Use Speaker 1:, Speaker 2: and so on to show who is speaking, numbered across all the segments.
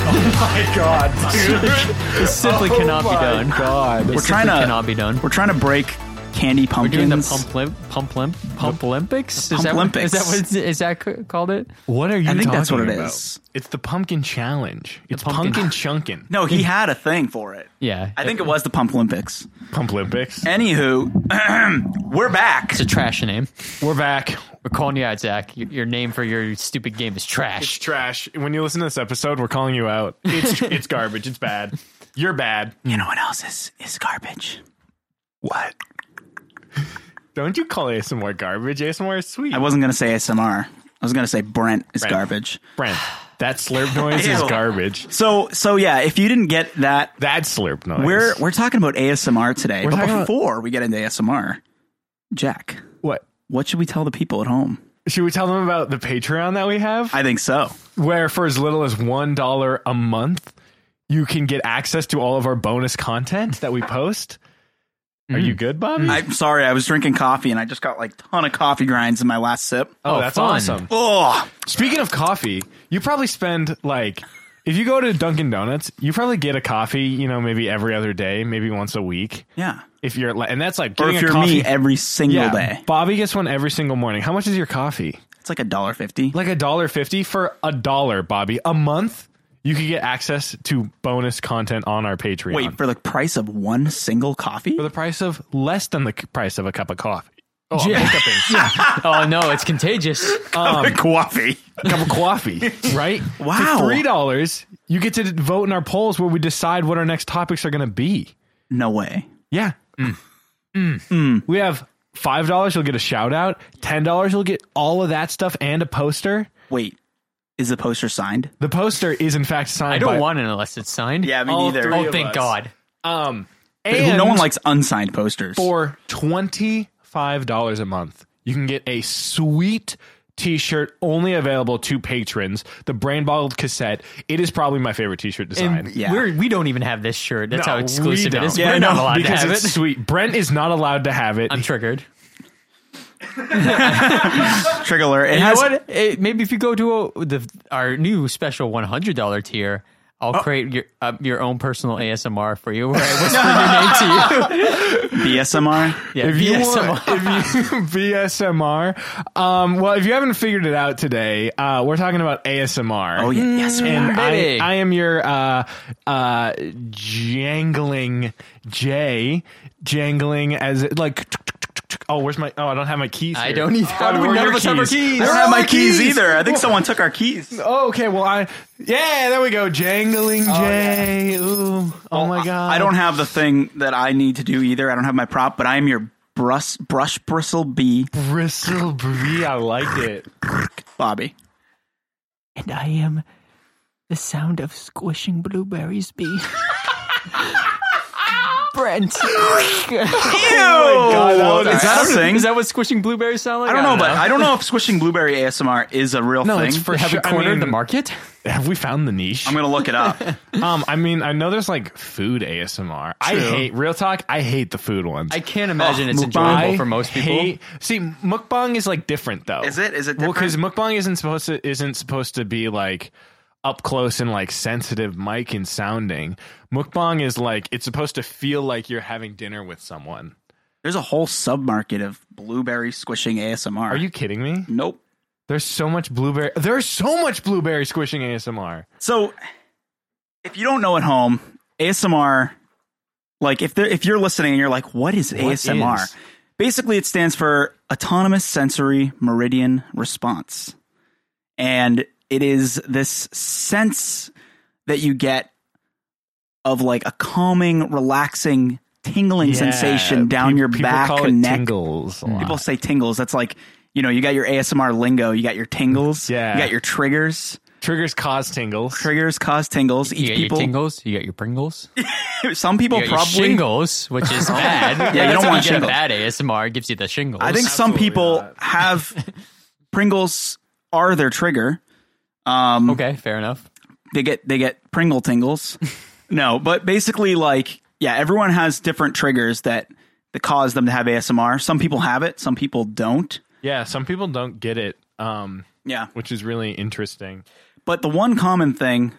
Speaker 1: my god, dude.
Speaker 2: This simply
Speaker 1: Oh
Speaker 2: cannot be
Speaker 1: my
Speaker 2: done.
Speaker 1: God.
Speaker 2: It
Speaker 3: We're trying
Speaker 2: simply
Speaker 3: to-
Speaker 2: cannot be done.
Speaker 3: We're trying to break candy
Speaker 2: We're
Speaker 3: pumpkins.
Speaker 2: doing the pump limp, pump limp, pump Olympics. Is that what,
Speaker 3: Pump-lympics.
Speaker 2: is that what is that c- called? It
Speaker 4: What are you?
Speaker 3: I think that's
Speaker 4: talking
Speaker 3: what it
Speaker 4: about?
Speaker 3: is.
Speaker 4: It's the pumpkin challenge. It's
Speaker 2: pumpkin-
Speaker 4: pumpkin, chunkin.
Speaker 3: No, he had a thing for it.
Speaker 2: Yeah.
Speaker 3: I think it was the Pump Olympics.
Speaker 4: Pump Olympics.
Speaker 3: Anywho, we're back.
Speaker 2: it's a trash name.
Speaker 4: We're back.
Speaker 2: We're calling you out, Zach. Your, your name for your stupid game is
Speaker 4: It's
Speaker 2: trash.
Speaker 4: trash. When you listen to this episode, we're calling you out. It's it's garbage. It's bad. You're bad.
Speaker 3: You know what else is is garbage? What?
Speaker 4: Don't you call ASMR garbage? ASMR is sweet.
Speaker 3: I wasn't gonna say ASMR. I was gonna say Brent is
Speaker 4: Brent.
Speaker 3: garbage.
Speaker 4: Brent, that slurp noise is
Speaker 3: Ew.
Speaker 4: garbage.
Speaker 3: So so yeah, if you didn't get that,
Speaker 4: That slurp noise.
Speaker 3: we're we're talking about ASMR today. but
Speaker 4: talking about-
Speaker 3: before we get into ASMR, Jack,
Speaker 4: what?
Speaker 3: what should we tell the people at home?
Speaker 4: Should we tell them about the Patreon that we have?
Speaker 3: I think so.
Speaker 4: where for as little as one dollar a month, you can get access to all of our bonus content that we post. Are you good, Bobby?
Speaker 3: I'm sorry, Mm. I was drinking coffee and I just got like ton of coffee grinds in my last sip.
Speaker 4: oh,
Speaker 2: Oh,
Speaker 4: that's
Speaker 2: fun.
Speaker 4: awesome.
Speaker 3: Oh,
Speaker 4: Speaking of coffee, you probably spend like if you go to Dunkin' Donuts, you probably get a coffee. You know, maybe every other day, maybe once a week.
Speaker 3: yeah.
Speaker 4: If you're like, and that's like
Speaker 3: Or
Speaker 4: getting
Speaker 3: if
Speaker 4: a
Speaker 3: you're
Speaker 4: coffee
Speaker 3: me, every single
Speaker 4: yeah,
Speaker 3: day,
Speaker 4: Bobby gets one every single morning. How much is your coffee?
Speaker 3: it's like a dollar fifty.
Speaker 4: Like a dollar fifty for a dollar, Bobby. A month, you could get access to bonus content on our Patreon.
Speaker 3: Wait for the price of one single coffee?
Speaker 4: for the price of less than the c- price of a cup of coffee. Oh, I'm hiccuping.
Speaker 2: Oh no, it's contagious.
Speaker 3: coffee.
Speaker 4: cup of coffee, right?
Speaker 3: Wow.
Speaker 4: For three dollars, you get to vote in our polls where we decide what our next topics are going to be.
Speaker 3: No way.
Speaker 4: Yeah, Mm. we have five dollars. You'll get a shout out. Ten dollars, you'll get all of that stuff and a poster.
Speaker 3: Wait, is the poster signed?
Speaker 4: The poster is in fact signed.
Speaker 2: I don't
Speaker 4: by,
Speaker 2: want it unless it's signed.
Speaker 3: Yeah, me
Speaker 4: All
Speaker 3: neither.
Speaker 4: three
Speaker 2: Oh, thank
Speaker 4: us.
Speaker 2: God.
Speaker 4: Um,
Speaker 3: Well,
Speaker 4: and
Speaker 3: no one likes unsigned posters.
Speaker 4: for twenty five dollars a month, you can get a sweet T-shirt only available to patrons. The brain bottled cassette. It is probably my favorite T-shirt design.
Speaker 2: And
Speaker 3: Yeah.
Speaker 2: we're- we don't even have this shirt. That's
Speaker 4: No,
Speaker 2: how exclusive
Speaker 4: we
Speaker 2: it is.
Speaker 4: don't.
Speaker 2: we're
Speaker 3: Yeah, I
Speaker 2: not
Speaker 3: know,
Speaker 2: allowed to
Speaker 4: because
Speaker 2: have
Speaker 4: it's
Speaker 2: it.
Speaker 4: sweet. Brent is not allowed to have it.
Speaker 2: I'm triggered.
Speaker 3: Trigger alert. It
Speaker 2: You know
Speaker 3: has.
Speaker 2: what? It- maybe if you go to a, the our new special one hundred dollar tier, I'll create your uh, your own personal ASMR for you, where I whisper your name to you.
Speaker 3: BSMR.
Speaker 2: Yeah,
Speaker 4: if you
Speaker 2: BSMR.
Speaker 4: want- if you- VSMR. Um, well, if you haven't figured it out today, uh, we're talking about ASMR.
Speaker 3: Oh yeah. Yes. we
Speaker 4: Mm, And
Speaker 3: are.
Speaker 4: I,
Speaker 2: Hey.
Speaker 4: I am your uh, uh, jangling J, jangling as it, like. Oh, where's my? Oh, I don't have my keys.
Speaker 2: I
Speaker 4: here.
Speaker 2: don't either. How do we-
Speaker 4: where are
Speaker 2: none of
Speaker 4: your
Speaker 2: us have our keys?
Speaker 3: I
Speaker 2: Where
Speaker 3: don't
Speaker 2: are
Speaker 3: have my
Speaker 2: my
Speaker 3: keys
Speaker 2: keys?
Speaker 3: either. I think someone took our keys.
Speaker 4: Oh, okay. Well, I yeah, there we go. Jangling
Speaker 2: Oh,
Speaker 4: J. Ooh, oh my god.
Speaker 3: I don't have the thing that I need to do either. I don't have my prop, but I am your brush brush bristle bee,
Speaker 4: bristle brie. I like it.
Speaker 3: Bobby.
Speaker 2: and I am the sound of squishing blueberries be. Brent. Oh
Speaker 4: Oh God, that was-
Speaker 3: is
Speaker 4: is
Speaker 3: that a thing?
Speaker 2: Is that what squishing blueberries sound like?
Speaker 3: I don't know, but I don't know if swishing blueberry ASMR is a real
Speaker 4: No,
Speaker 3: thing.
Speaker 4: it's for
Speaker 2: have
Speaker 4: sure.
Speaker 2: we cornered
Speaker 4: I mean,
Speaker 2: the market?
Speaker 4: Have we found the niche?
Speaker 3: I'm gonna look it up.
Speaker 4: Um, I mean, I know there's like food ASMR. I
Speaker 3: True.
Speaker 4: hate real talk. I hate the food ones.
Speaker 2: I can't imagine
Speaker 3: Oh,
Speaker 2: it's
Speaker 3: mukbang.
Speaker 2: enjoyable for most people.
Speaker 4: hate- see, mukbang is like different though.
Speaker 3: Is it? Is it
Speaker 4: Well, because
Speaker 3: different?
Speaker 4: mukbang isn't supposed to isn't supposed to be like up close and like sensitive mic and sounding. Mukbang is like it's supposed to feel like you're having dinner with someone.
Speaker 3: There's a whole submarket of blueberry squishing ASMR.
Speaker 4: Are you kidding me?
Speaker 3: Nope.
Speaker 4: There's so much blueberry. There's so much blueberry squishing ASMR.
Speaker 3: So, if you don't know at home, ASMR, like if there, if you're listening and you're like, what is ASMR?
Speaker 4: is?
Speaker 3: Basically, it stands for Autonomous Sensory Meridian Response, and it is this sense that you get of like a calming, relaxing, tingling sensation down
Speaker 4: Pe-
Speaker 3: your
Speaker 4: people
Speaker 3: back,
Speaker 4: call it
Speaker 3: neck. Hmm.
Speaker 4: tingles. a lot.
Speaker 3: People say tingles. That's like you know, you got your ASMR lingo. You got your tingles.
Speaker 4: Yeah.
Speaker 3: You got your triggers.
Speaker 4: Triggers cause tingles.
Speaker 3: Triggers cause tingles.
Speaker 2: You
Speaker 3: Each
Speaker 2: got
Speaker 3: people.
Speaker 2: your tingles, you got your Pringles, you
Speaker 3: Some people
Speaker 2: got your
Speaker 3: probably.
Speaker 2: shingles, which is bad.
Speaker 3: Yeah, you don't want
Speaker 2: That's when get a
Speaker 3: shingles.
Speaker 2: Bad ASMR it gives you the shingles.
Speaker 3: I think some
Speaker 4: Absolutely
Speaker 3: people
Speaker 4: not.
Speaker 3: have Pringles are their trigger. Um,
Speaker 2: Okay, fair enough.
Speaker 3: they get they get Pringle tingles. no, but basically, like yeah, everyone has different triggers that that cause them to have ASMR. Some people have it, some people don't.
Speaker 4: Yeah, some people don't get it, um,
Speaker 3: Yeah,
Speaker 4: which is really interesting.
Speaker 3: but the one common thing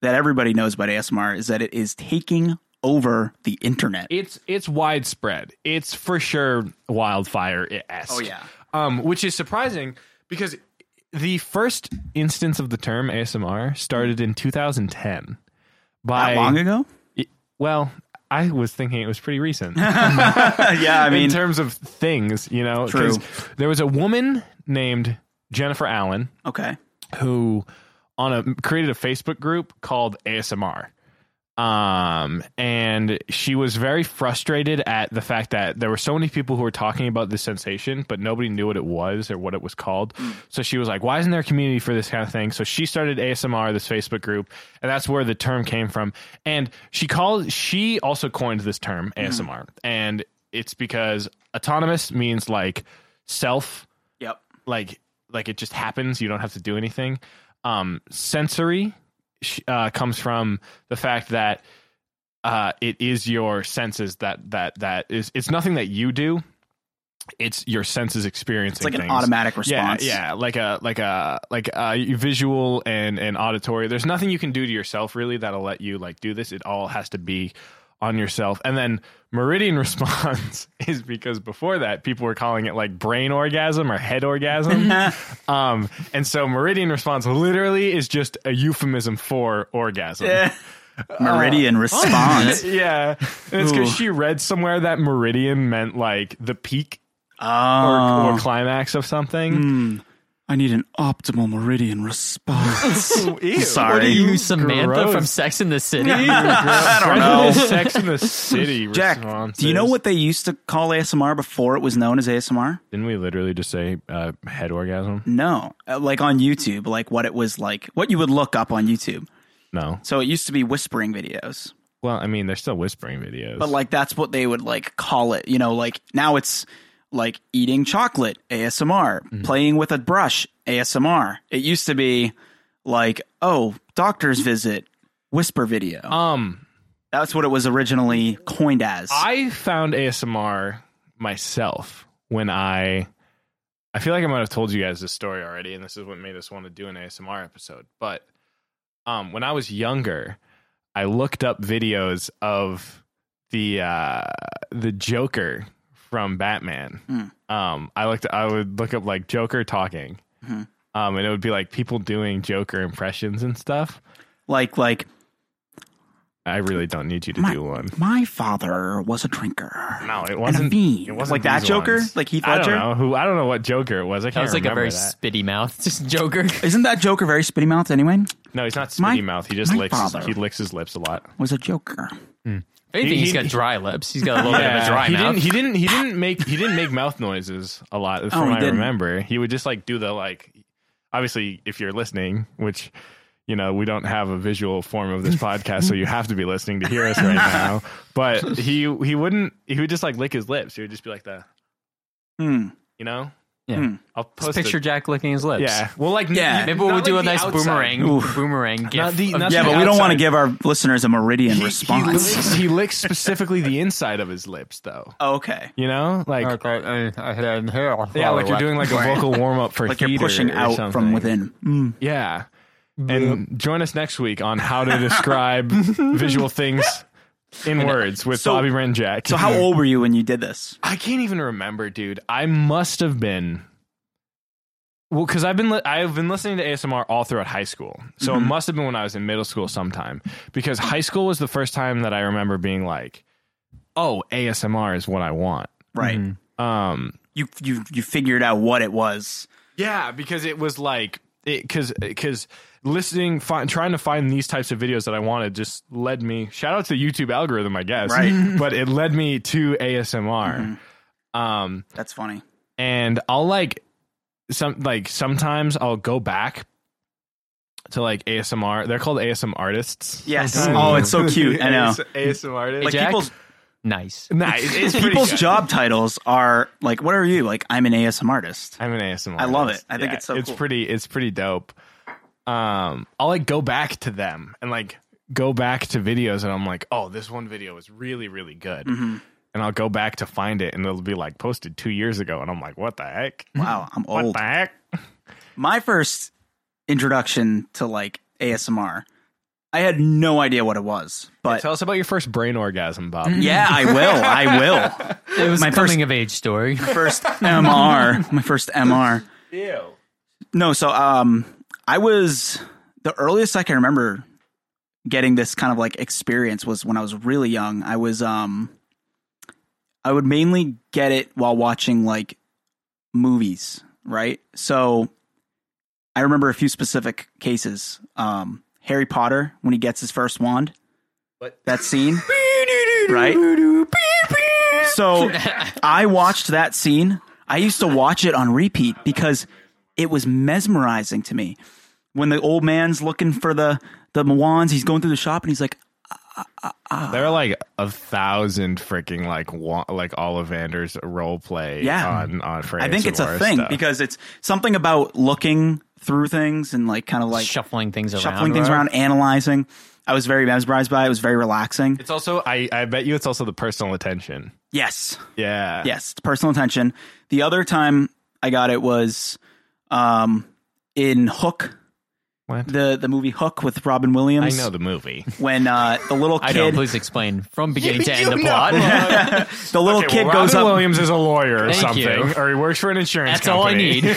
Speaker 3: that everybody knows about ASMR is that it is taking over the internet.
Speaker 4: It's it's widespread. It's for sure wildfire esque.
Speaker 3: Oh, yeah.
Speaker 4: um, which is surprising because the first instance of the term ASMR started in 2010 by
Speaker 3: Not long ago?
Speaker 4: well, I was thinking it was pretty recent.
Speaker 3: yeah, I mean,
Speaker 4: in terms of things, you know,
Speaker 3: True.
Speaker 4: 'cause there was a woman named Jennifer Allen
Speaker 3: okay.
Speaker 4: who on a created a Facebook group called ASMR. Um, and she was very frustrated at the fact that there were so many people who were talking about this sensation, but nobody knew what it was or what it was called. So she was like, why isn't there a community for this kind of thing? So she started ASMR, this Facebook group, and that's where the term came from. And she called, she also coined this term ASMR. And it's because autonomous means like self,
Speaker 3: Yep.
Speaker 4: like like it just happens you don't have to do anything um sensory sh- uh comes from the fact that uh it is your senses that that that is it's nothing that you do it's your senses experiencing
Speaker 3: It's like an
Speaker 4: things.
Speaker 3: automatic response.
Speaker 4: Yeah, yeah, like a like a like a visual and and auditory. There's nothing you can do to yourself really that'll let you like do this. It all has to be on yourself. And then meridian response is because before that people were calling it like brain orgasm or head orgasm. um and so meridian response literally is just a euphemism for orgasm.
Speaker 2: Uh,
Speaker 3: Meridian response.
Speaker 4: Yeah. And it's
Speaker 3: Ooh.
Speaker 4: because she read somewhere that meridian meant like the peak
Speaker 3: oh,
Speaker 4: or,
Speaker 3: Hmm.
Speaker 4: or climax of something.
Speaker 3: I need an optimal meridian response.
Speaker 4: Ew.
Speaker 2: What are
Speaker 3: Sorry.
Speaker 2: you, Samantha
Speaker 4: gross.
Speaker 2: from Sex in the City?
Speaker 4: I
Speaker 3: don't know.
Speaker 4: Sex in the City.
Speaker 3: Jack,
Speaker 4: responses.
Speaker 3: do you know what they used to call ASMR before it was known as ASMR?
Speaker 4: Didn't we literally just say uh, head orgasm?
Speaker 3: No, Uh, like on YouTube, like what it was like, what you would look up on YouTube.
Speaker 4: No.
Speaker 3: So it used to be whispering videos,
Speaker 4: Well, I mean, they're still whispering videos.
Speaker 3: but like that's what they would like call it. You know, like now it's like eating chocolate ASMR,
Speaker 2: Mm-hmm.
Speaker 3: playing with a brush ASMR. It used to be like, oh, doctor's visit whisper video.
Speaker 4: um,
Speaker 3: that's what it was originally coined as.
Speaker 4: I found ASMR myself when I. I feel like I might have told you guys this story already, and this is what made us want to do an ASMR episode. But um, when I was younger, I looked up videos of the uh, the Joker from Batman. Um, I looked. I would look up like Joker talking,
Speaker 3: Mhm.
Speaker 4: um, and it would be like people doing Joker impressions and stuff.
Speaker 3: like like
Speaker 4: I really don't need you to
Speaker 3: My-
Speaker 4: do one.
Speaker 3: my father was a drinker.
Speaker 4: No, it
Speaker 3: And a
Speaker 4: wasn't.
Speaker 3: fiend.
Speaker 4: It wasn't
Speaker 3: like that
Speaker 4: these
Speaker 3: Joker,
Speaker 4: ones.
Speaker 3: like Heath
Speaker 4: I don't
Speaker 3: Ledger.
Speaker 4: know who. I don't know what Joker it was. I
Speaker 2: That
Speaker 4: can't
Speaker 2: was like a
Speaker 4: remember
Speaker 2: very
Speaker 4: that.
Speaker 2: spitty mouth, just Joker.
Speaker 3: Isn't that Joker very spitty mouthed anyway?
Speaker 4: no, he's not
Speaker 3: My-
Speaker 4: spitty mouth. He just
Speaker 3: my
Speaker 4: licks. His,
Speaker 3: father.
Speaker 4: he licks his lips a lot.
Speaker 3: Was a Joker.
Speaker 2: If anything,
Speaker 4: He-
Speaker 2: he's
Speaker 4: he-
Speaker 2: got dry lips. He's got a little bit of a dry
Speaker 4: he
Speaker 2: mouth.
Speaker 4: didn't. He didn't. He didn't make. He didn't make mouth noises a lot. From
Speaker 3: he
Speaker 4: what I
Speaker 3: didn't.
Speaker 4: remember, he would just like do the like. Obviously, if you're listening, which you know we don't have a visual form of this podcast, so you have to be listening to hear us right now. But he he wouldn't. He would just like lick his lips. He would just be like the.
Speaker 3: Hmm.
Speaker 4: You know.
Speaker 2: Yeah.
Speaker 4: I'll
Speaker 2: Just
Speaker 4: post
Speaker 2: picture
Speaker 4: it.
Speaker 2: Jack licking his lips.
Speaker 4: Yeah. Well, like
Speaker 3: Yeah.
Speaker 2: Maybe we'll
Speaker 4: not
Speaker 2: do
Speaker 4: like
Speaker 2: a
Speaker 4: the
Speaker 2: nice
Speaker 4: outside.
Speaker 2: boomerang
Speaker 3: Oof.
Speaker 2: boomerang gift.
Speaker 4: Not the-
Speaker 2: of
Speaker 4: not
Speaker 2: Jack.
Speaker 3: Yeah,
Speaker 4: the
Speaker 3: but we don't want to
Speaker 4: outside.
Speaker 3: give our listeners a meridian
Speaker 4: He- he
Speaker 3: response.
Speaker 4: licks- he licks specifically the inside of his lips, though.
Speaker 3: oh, okay.
Speaker 4: You know, like yeah,
Speaker 2: Yeah,
Speaker 4: like you're doing like a vocal warm up for
Speaker 3: Like you're
Speaker 4: theater
Speaker 3: pushing
Speaker 4: or
Speaker 3: out from
Speaker 4: something.
Speaker 3: within. Mm.
Speaker 4: Yeah. And join us next week on how to describe visual things in words with
Speaker 3: So-
Speaker 4: Bobby Brent Jack.
Speaker 3: So, how old were you when you did this?
Speaker 4: I can't even remember, dude. I must have been well because I've been li- I've been listening to ASMR all throughout high school, so
Speaker 3: Mm-hmm.
Speaker 4: it must have been when I was in middle school sometime. Because high school was the first time that I remember being like, "Oh, ASMR is what I want."
Speaker 3: Right.
Speaker 4: Um,
Speaker 3: You you you figured out what it was.
Speaker 4: Yeah, because it was like because because listening, fi- trying to find these types of videos that I wanted just led me. Shout out to the YouTube algorithm, I guess.
Speaker 3: Right. Mm-hmm.
Speaker 4: but it led me to ASMR. Um,
Speaker 3: That's funny.
Speaker 4: and I'll like some like sometimes I'll go back to like ASMR. They're called ASM artists.
Speaker 3: Yes.
Speaker 4: sometimes.
Speaker 3: Oh, it's so cute. I know.
Speaker 4: ASM artists.
Speaker 3: Like
Speaker 2: Jack?
Speaker 3: people's
Speaker 2: nice.
Speaker 4: nah, it- it's pretty
Speaker 3: people's
Speaker 4: good.
Speaker 3: job titles are like, what are you? Like, I'm an ASM artist.
Speaker 4: I'm an ASMR.
Speaker 3: I love
Speaker 4: artist.
Speaker 3: it. I think it's so
Speaker 4: It's
Speaker 3: cool.
Speaker 4: pretty. It's pretty dope. Um, I'll like go back to them and like go back to videos, and I'm like, oh, this one video is really really good,
Speaker 3: Mm-hmm.
Speaker 4: and I'll go back to find it, and it'll be like posted two years ago, and I'm like, what the heck?
Speaker 3: Wow, I'm
Speaker 4: What
Speaker 3: Mm-hmm. old.
Speaker 4: the heck?
Speaker 3: my first introduction to like ASMR, I had no idea what it was, but
Speaker 4: Tell us about your first brain orgasm, Bob.
Speaker 3: yeah, I will. I will.
Speaker 2: It was
Speaker 3: My
Speaker 2: a coming
Speaker 3: first-
Speaker 2: of age story.
Speaker 3: First MR, my first MR.
Speaker 4: Ew.
Speaker 3: No, so um, I was the earliest I can remember getting this kind of like experience was when I was really young. I was um, I would mainly get it while watching like movies, right? So I remember a few specific cases. Um, Harry Potter when he gets his first wand,
Speaker 4: What?
Speaker 3: that scene, right? So I watched that scene. I used to watch it on repeat because it was mesmerizing to me. When the old man's looking for the the wands, he's going through the shop and he's like,
Speaker 4: There are like a thousand freaking like wa- like Ollivanders role play.
Speaker 3: Yeah.
Speaker 4: on on for
Speaker 3: I think it's a
Speaker 4: ASMR
Speaker 3: thing
Speaker 4: stuff.
Speaker 3: because it's something about looking through things and like kind of like
Speaker 2: shuffling things around.
Speaker 3: shuffling things around, analyzing. I was very mesmerized by it. It was very relaxing.
Speaker 4: it's also I I bet you it's also the personal attention.
Speaker 3: Yes.
Speaker 4: Yeah.
Speaker 3: Yes, it's personal attention. The other time I got it was um, in Hook,
Speaker 4: What?
Speaker 3: the the movie Hook with Robin Williams.
Speaker 4: I know the movie.
Speaker 3: when uh, the little
Speaker 2: I know.
Speaker 3: kid,
Speaker 2: Please explain from beginning to end the plot.
Speaker 3: the little
Speaker 4: Okay,
Speaker 3: kid
Speaker 4: well,
Speaker 3: goes
Speaker 4: Robin
Speaker 3: up.
Speaker 4: Williams is a lawyer or
Speaker 2: Thank
Speaker 4: something,
Speaker 2: you.
Speaker 4: or he works for an insurance.
Speaker 2: That's all I
Speaker 4: company.
Speaker 2: need.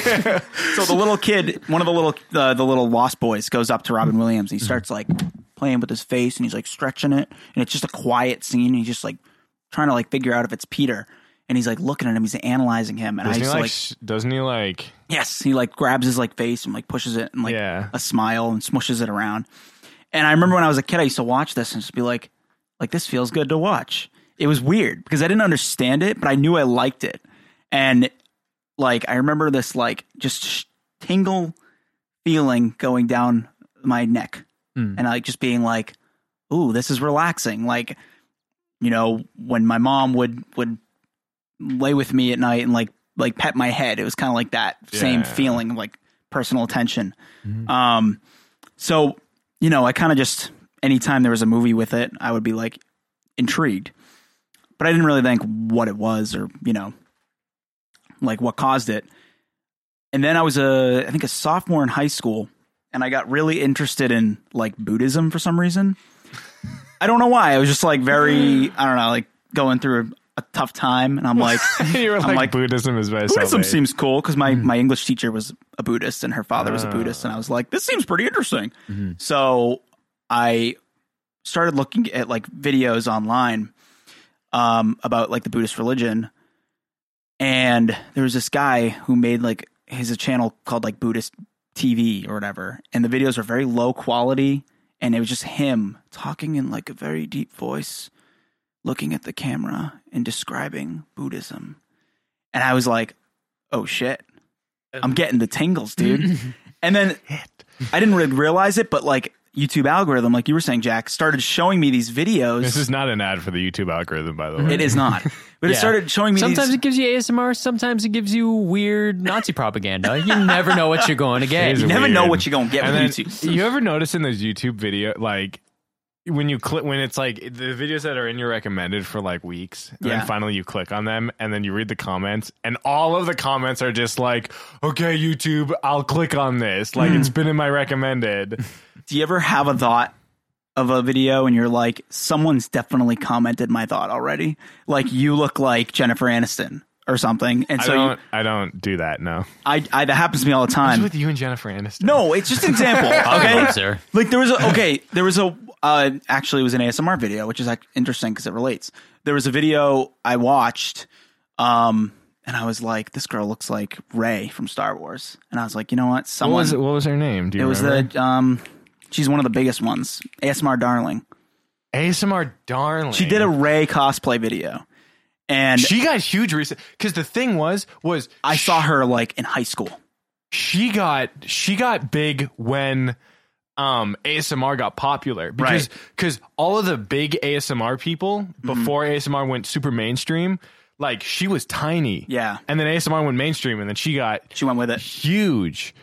Speaker 3: So the little kid, one of the little uh, the little Lost Boys, goes up to Robin Williams and he starts like playing with his face and he's like stretching it, and it's just a quiet scene. And he's just like trying to like figure out if it's Peter, and he's like looking at him, he's analyzing him, and I
Speaker 4: Doesn't he
Speaker 3: just
Speaker 4: like,
Speaker 3: like
Speaker 4: sh- doesn't he like?
Speaker 3: Yes, he like grabs his like face and like pushes it and like
Speaker 4: Yeah.
Speaker 3: a smile and smushes it around. And I remember when I was a kid, I used to watch this and just be like, like this feels good to watch. It was weird because I didn't understand it, but I knew I liked it. And like I remember this like just sh- tingle feeling going down my neck, and like just being like, "Ooh, this is relaxing." Like you know when my mom would would lay with me at night and like like pet my head it was kind of like that same
Speaker 4: Yeah.
Speaker 3: feeling of like personal attention um so you know i kind of just anytime there was a movie with it i would be like intrigued but i didn't really think what it was or you know like what caused it and then i was a i think a sophomore in high school and i got really interested in like buddhism for some reason I don't know why. I was just like very, I don't know, like going through a, a tough time, and I'm like,
Speaker 4: you were
Speaker 3: I'm
Speaker 4: like,
Speaker 3: like,
Speaker 4: Buddhism is eh? my
Speaker 3: Buddhism
Speaker 4: salvation.
Speaker 3: seems cool because my my English teacher was a Buddhist and her father was a Buddhist, and I was like, this seems pretty interesting. So I started looking at like videos online um, about like the Buddhist religion, and there was this guy who made like his a channel called like Buddhist TV or whatever, and the videos were very low quality, and it was just him talking in like a very deep voice, looking at the camera and describing Buddhism, and I was like, oh shit, I'm getting the tingles, dude. and then I didn't really realize it, but like. YouTube algorithm, like you were saying, Jack, started showing me these videos.
Speaker 4: This is not an ad for the YouTube algorithm, by the way.
Speaker 3: It is not. But it
Speaker 2: Yeah.
Speaker 3: started showing me
Speaker 2: Sometimes
Speaker 3: these,
Speaker 2: it gives you ASMR. Sometimes it gives you weird Nazi propaganda. You never know what you're going to
Speaker 4: It
Speaker 2: get.
Speaker 4: is
Speaker 3: you never
Speaker 4: weird.
Speaker 3: know what you're gonna get
Speaker 4: And
Speaker 3: with
Speaker 4: then,
Speaker 3: YouTube.
Speaker 4: You ever notice in those YouTube video like when you click when it's like the videos that are in your recommended for like weeks and
Speaker 3: Yeah.
Speaker 4: then finally you click on them and then you read the comments and all of the comments are just like okay YouTube I'll click on this like
Speaker 3: Hmm.
Speaker 4: it's been in my recommended
Speaker 3: Do you ever have a thought of a video and you're like, someone's definitely commented my thought already? Like you look like Jennifer Aniston or something. And
Speaker 4: I
Speaker 3: so you,
Speaker 4: don't I don't do that no
Speaker 3: I, I that happens to me all the
Speaker 4: It's
Speaker 3: time.
Speaker 4: with you and Jennifer Aniston
Speaker 3: no, it's just an example.
Speaker 2: Okay,
Speaker 3: Okay.
Speaker 2: sir.
Speaker 3: like there was a okay, there was a uh, actually it was an ASMR video, which is like, interesting because it relates. There was a video I watched um and I was like, this girl looks like Ray from Star Wars. And I was like, you know what?
Speaker 4: what
Speaker 3: Someone
Speaker 4: was what was her name do you
Speaker 3: It was
Speaker 4: remember?
Speaker 3: the um, she's one of the biggest ones, ASMR Darling.
Speaker 4: ASMR darling
Speaker 3: uh, She did a Ray cosplay video, and
Speaker 4: she got huge recent because the thing was was
Speaker 3: I saw her like in high school.
Speaker 4: she got she got big when um ASMR got popular because cuz all of the big ASMR people
Speaker 3: Mm-hmm.
Speaker 4: before ASMR went super mainstream like she was tiny
Speaker 3: Yeah.
Speaker 4: and then ASMR went mainstream and then she got
Speaker 3: She went with it.
Speaker 4: huge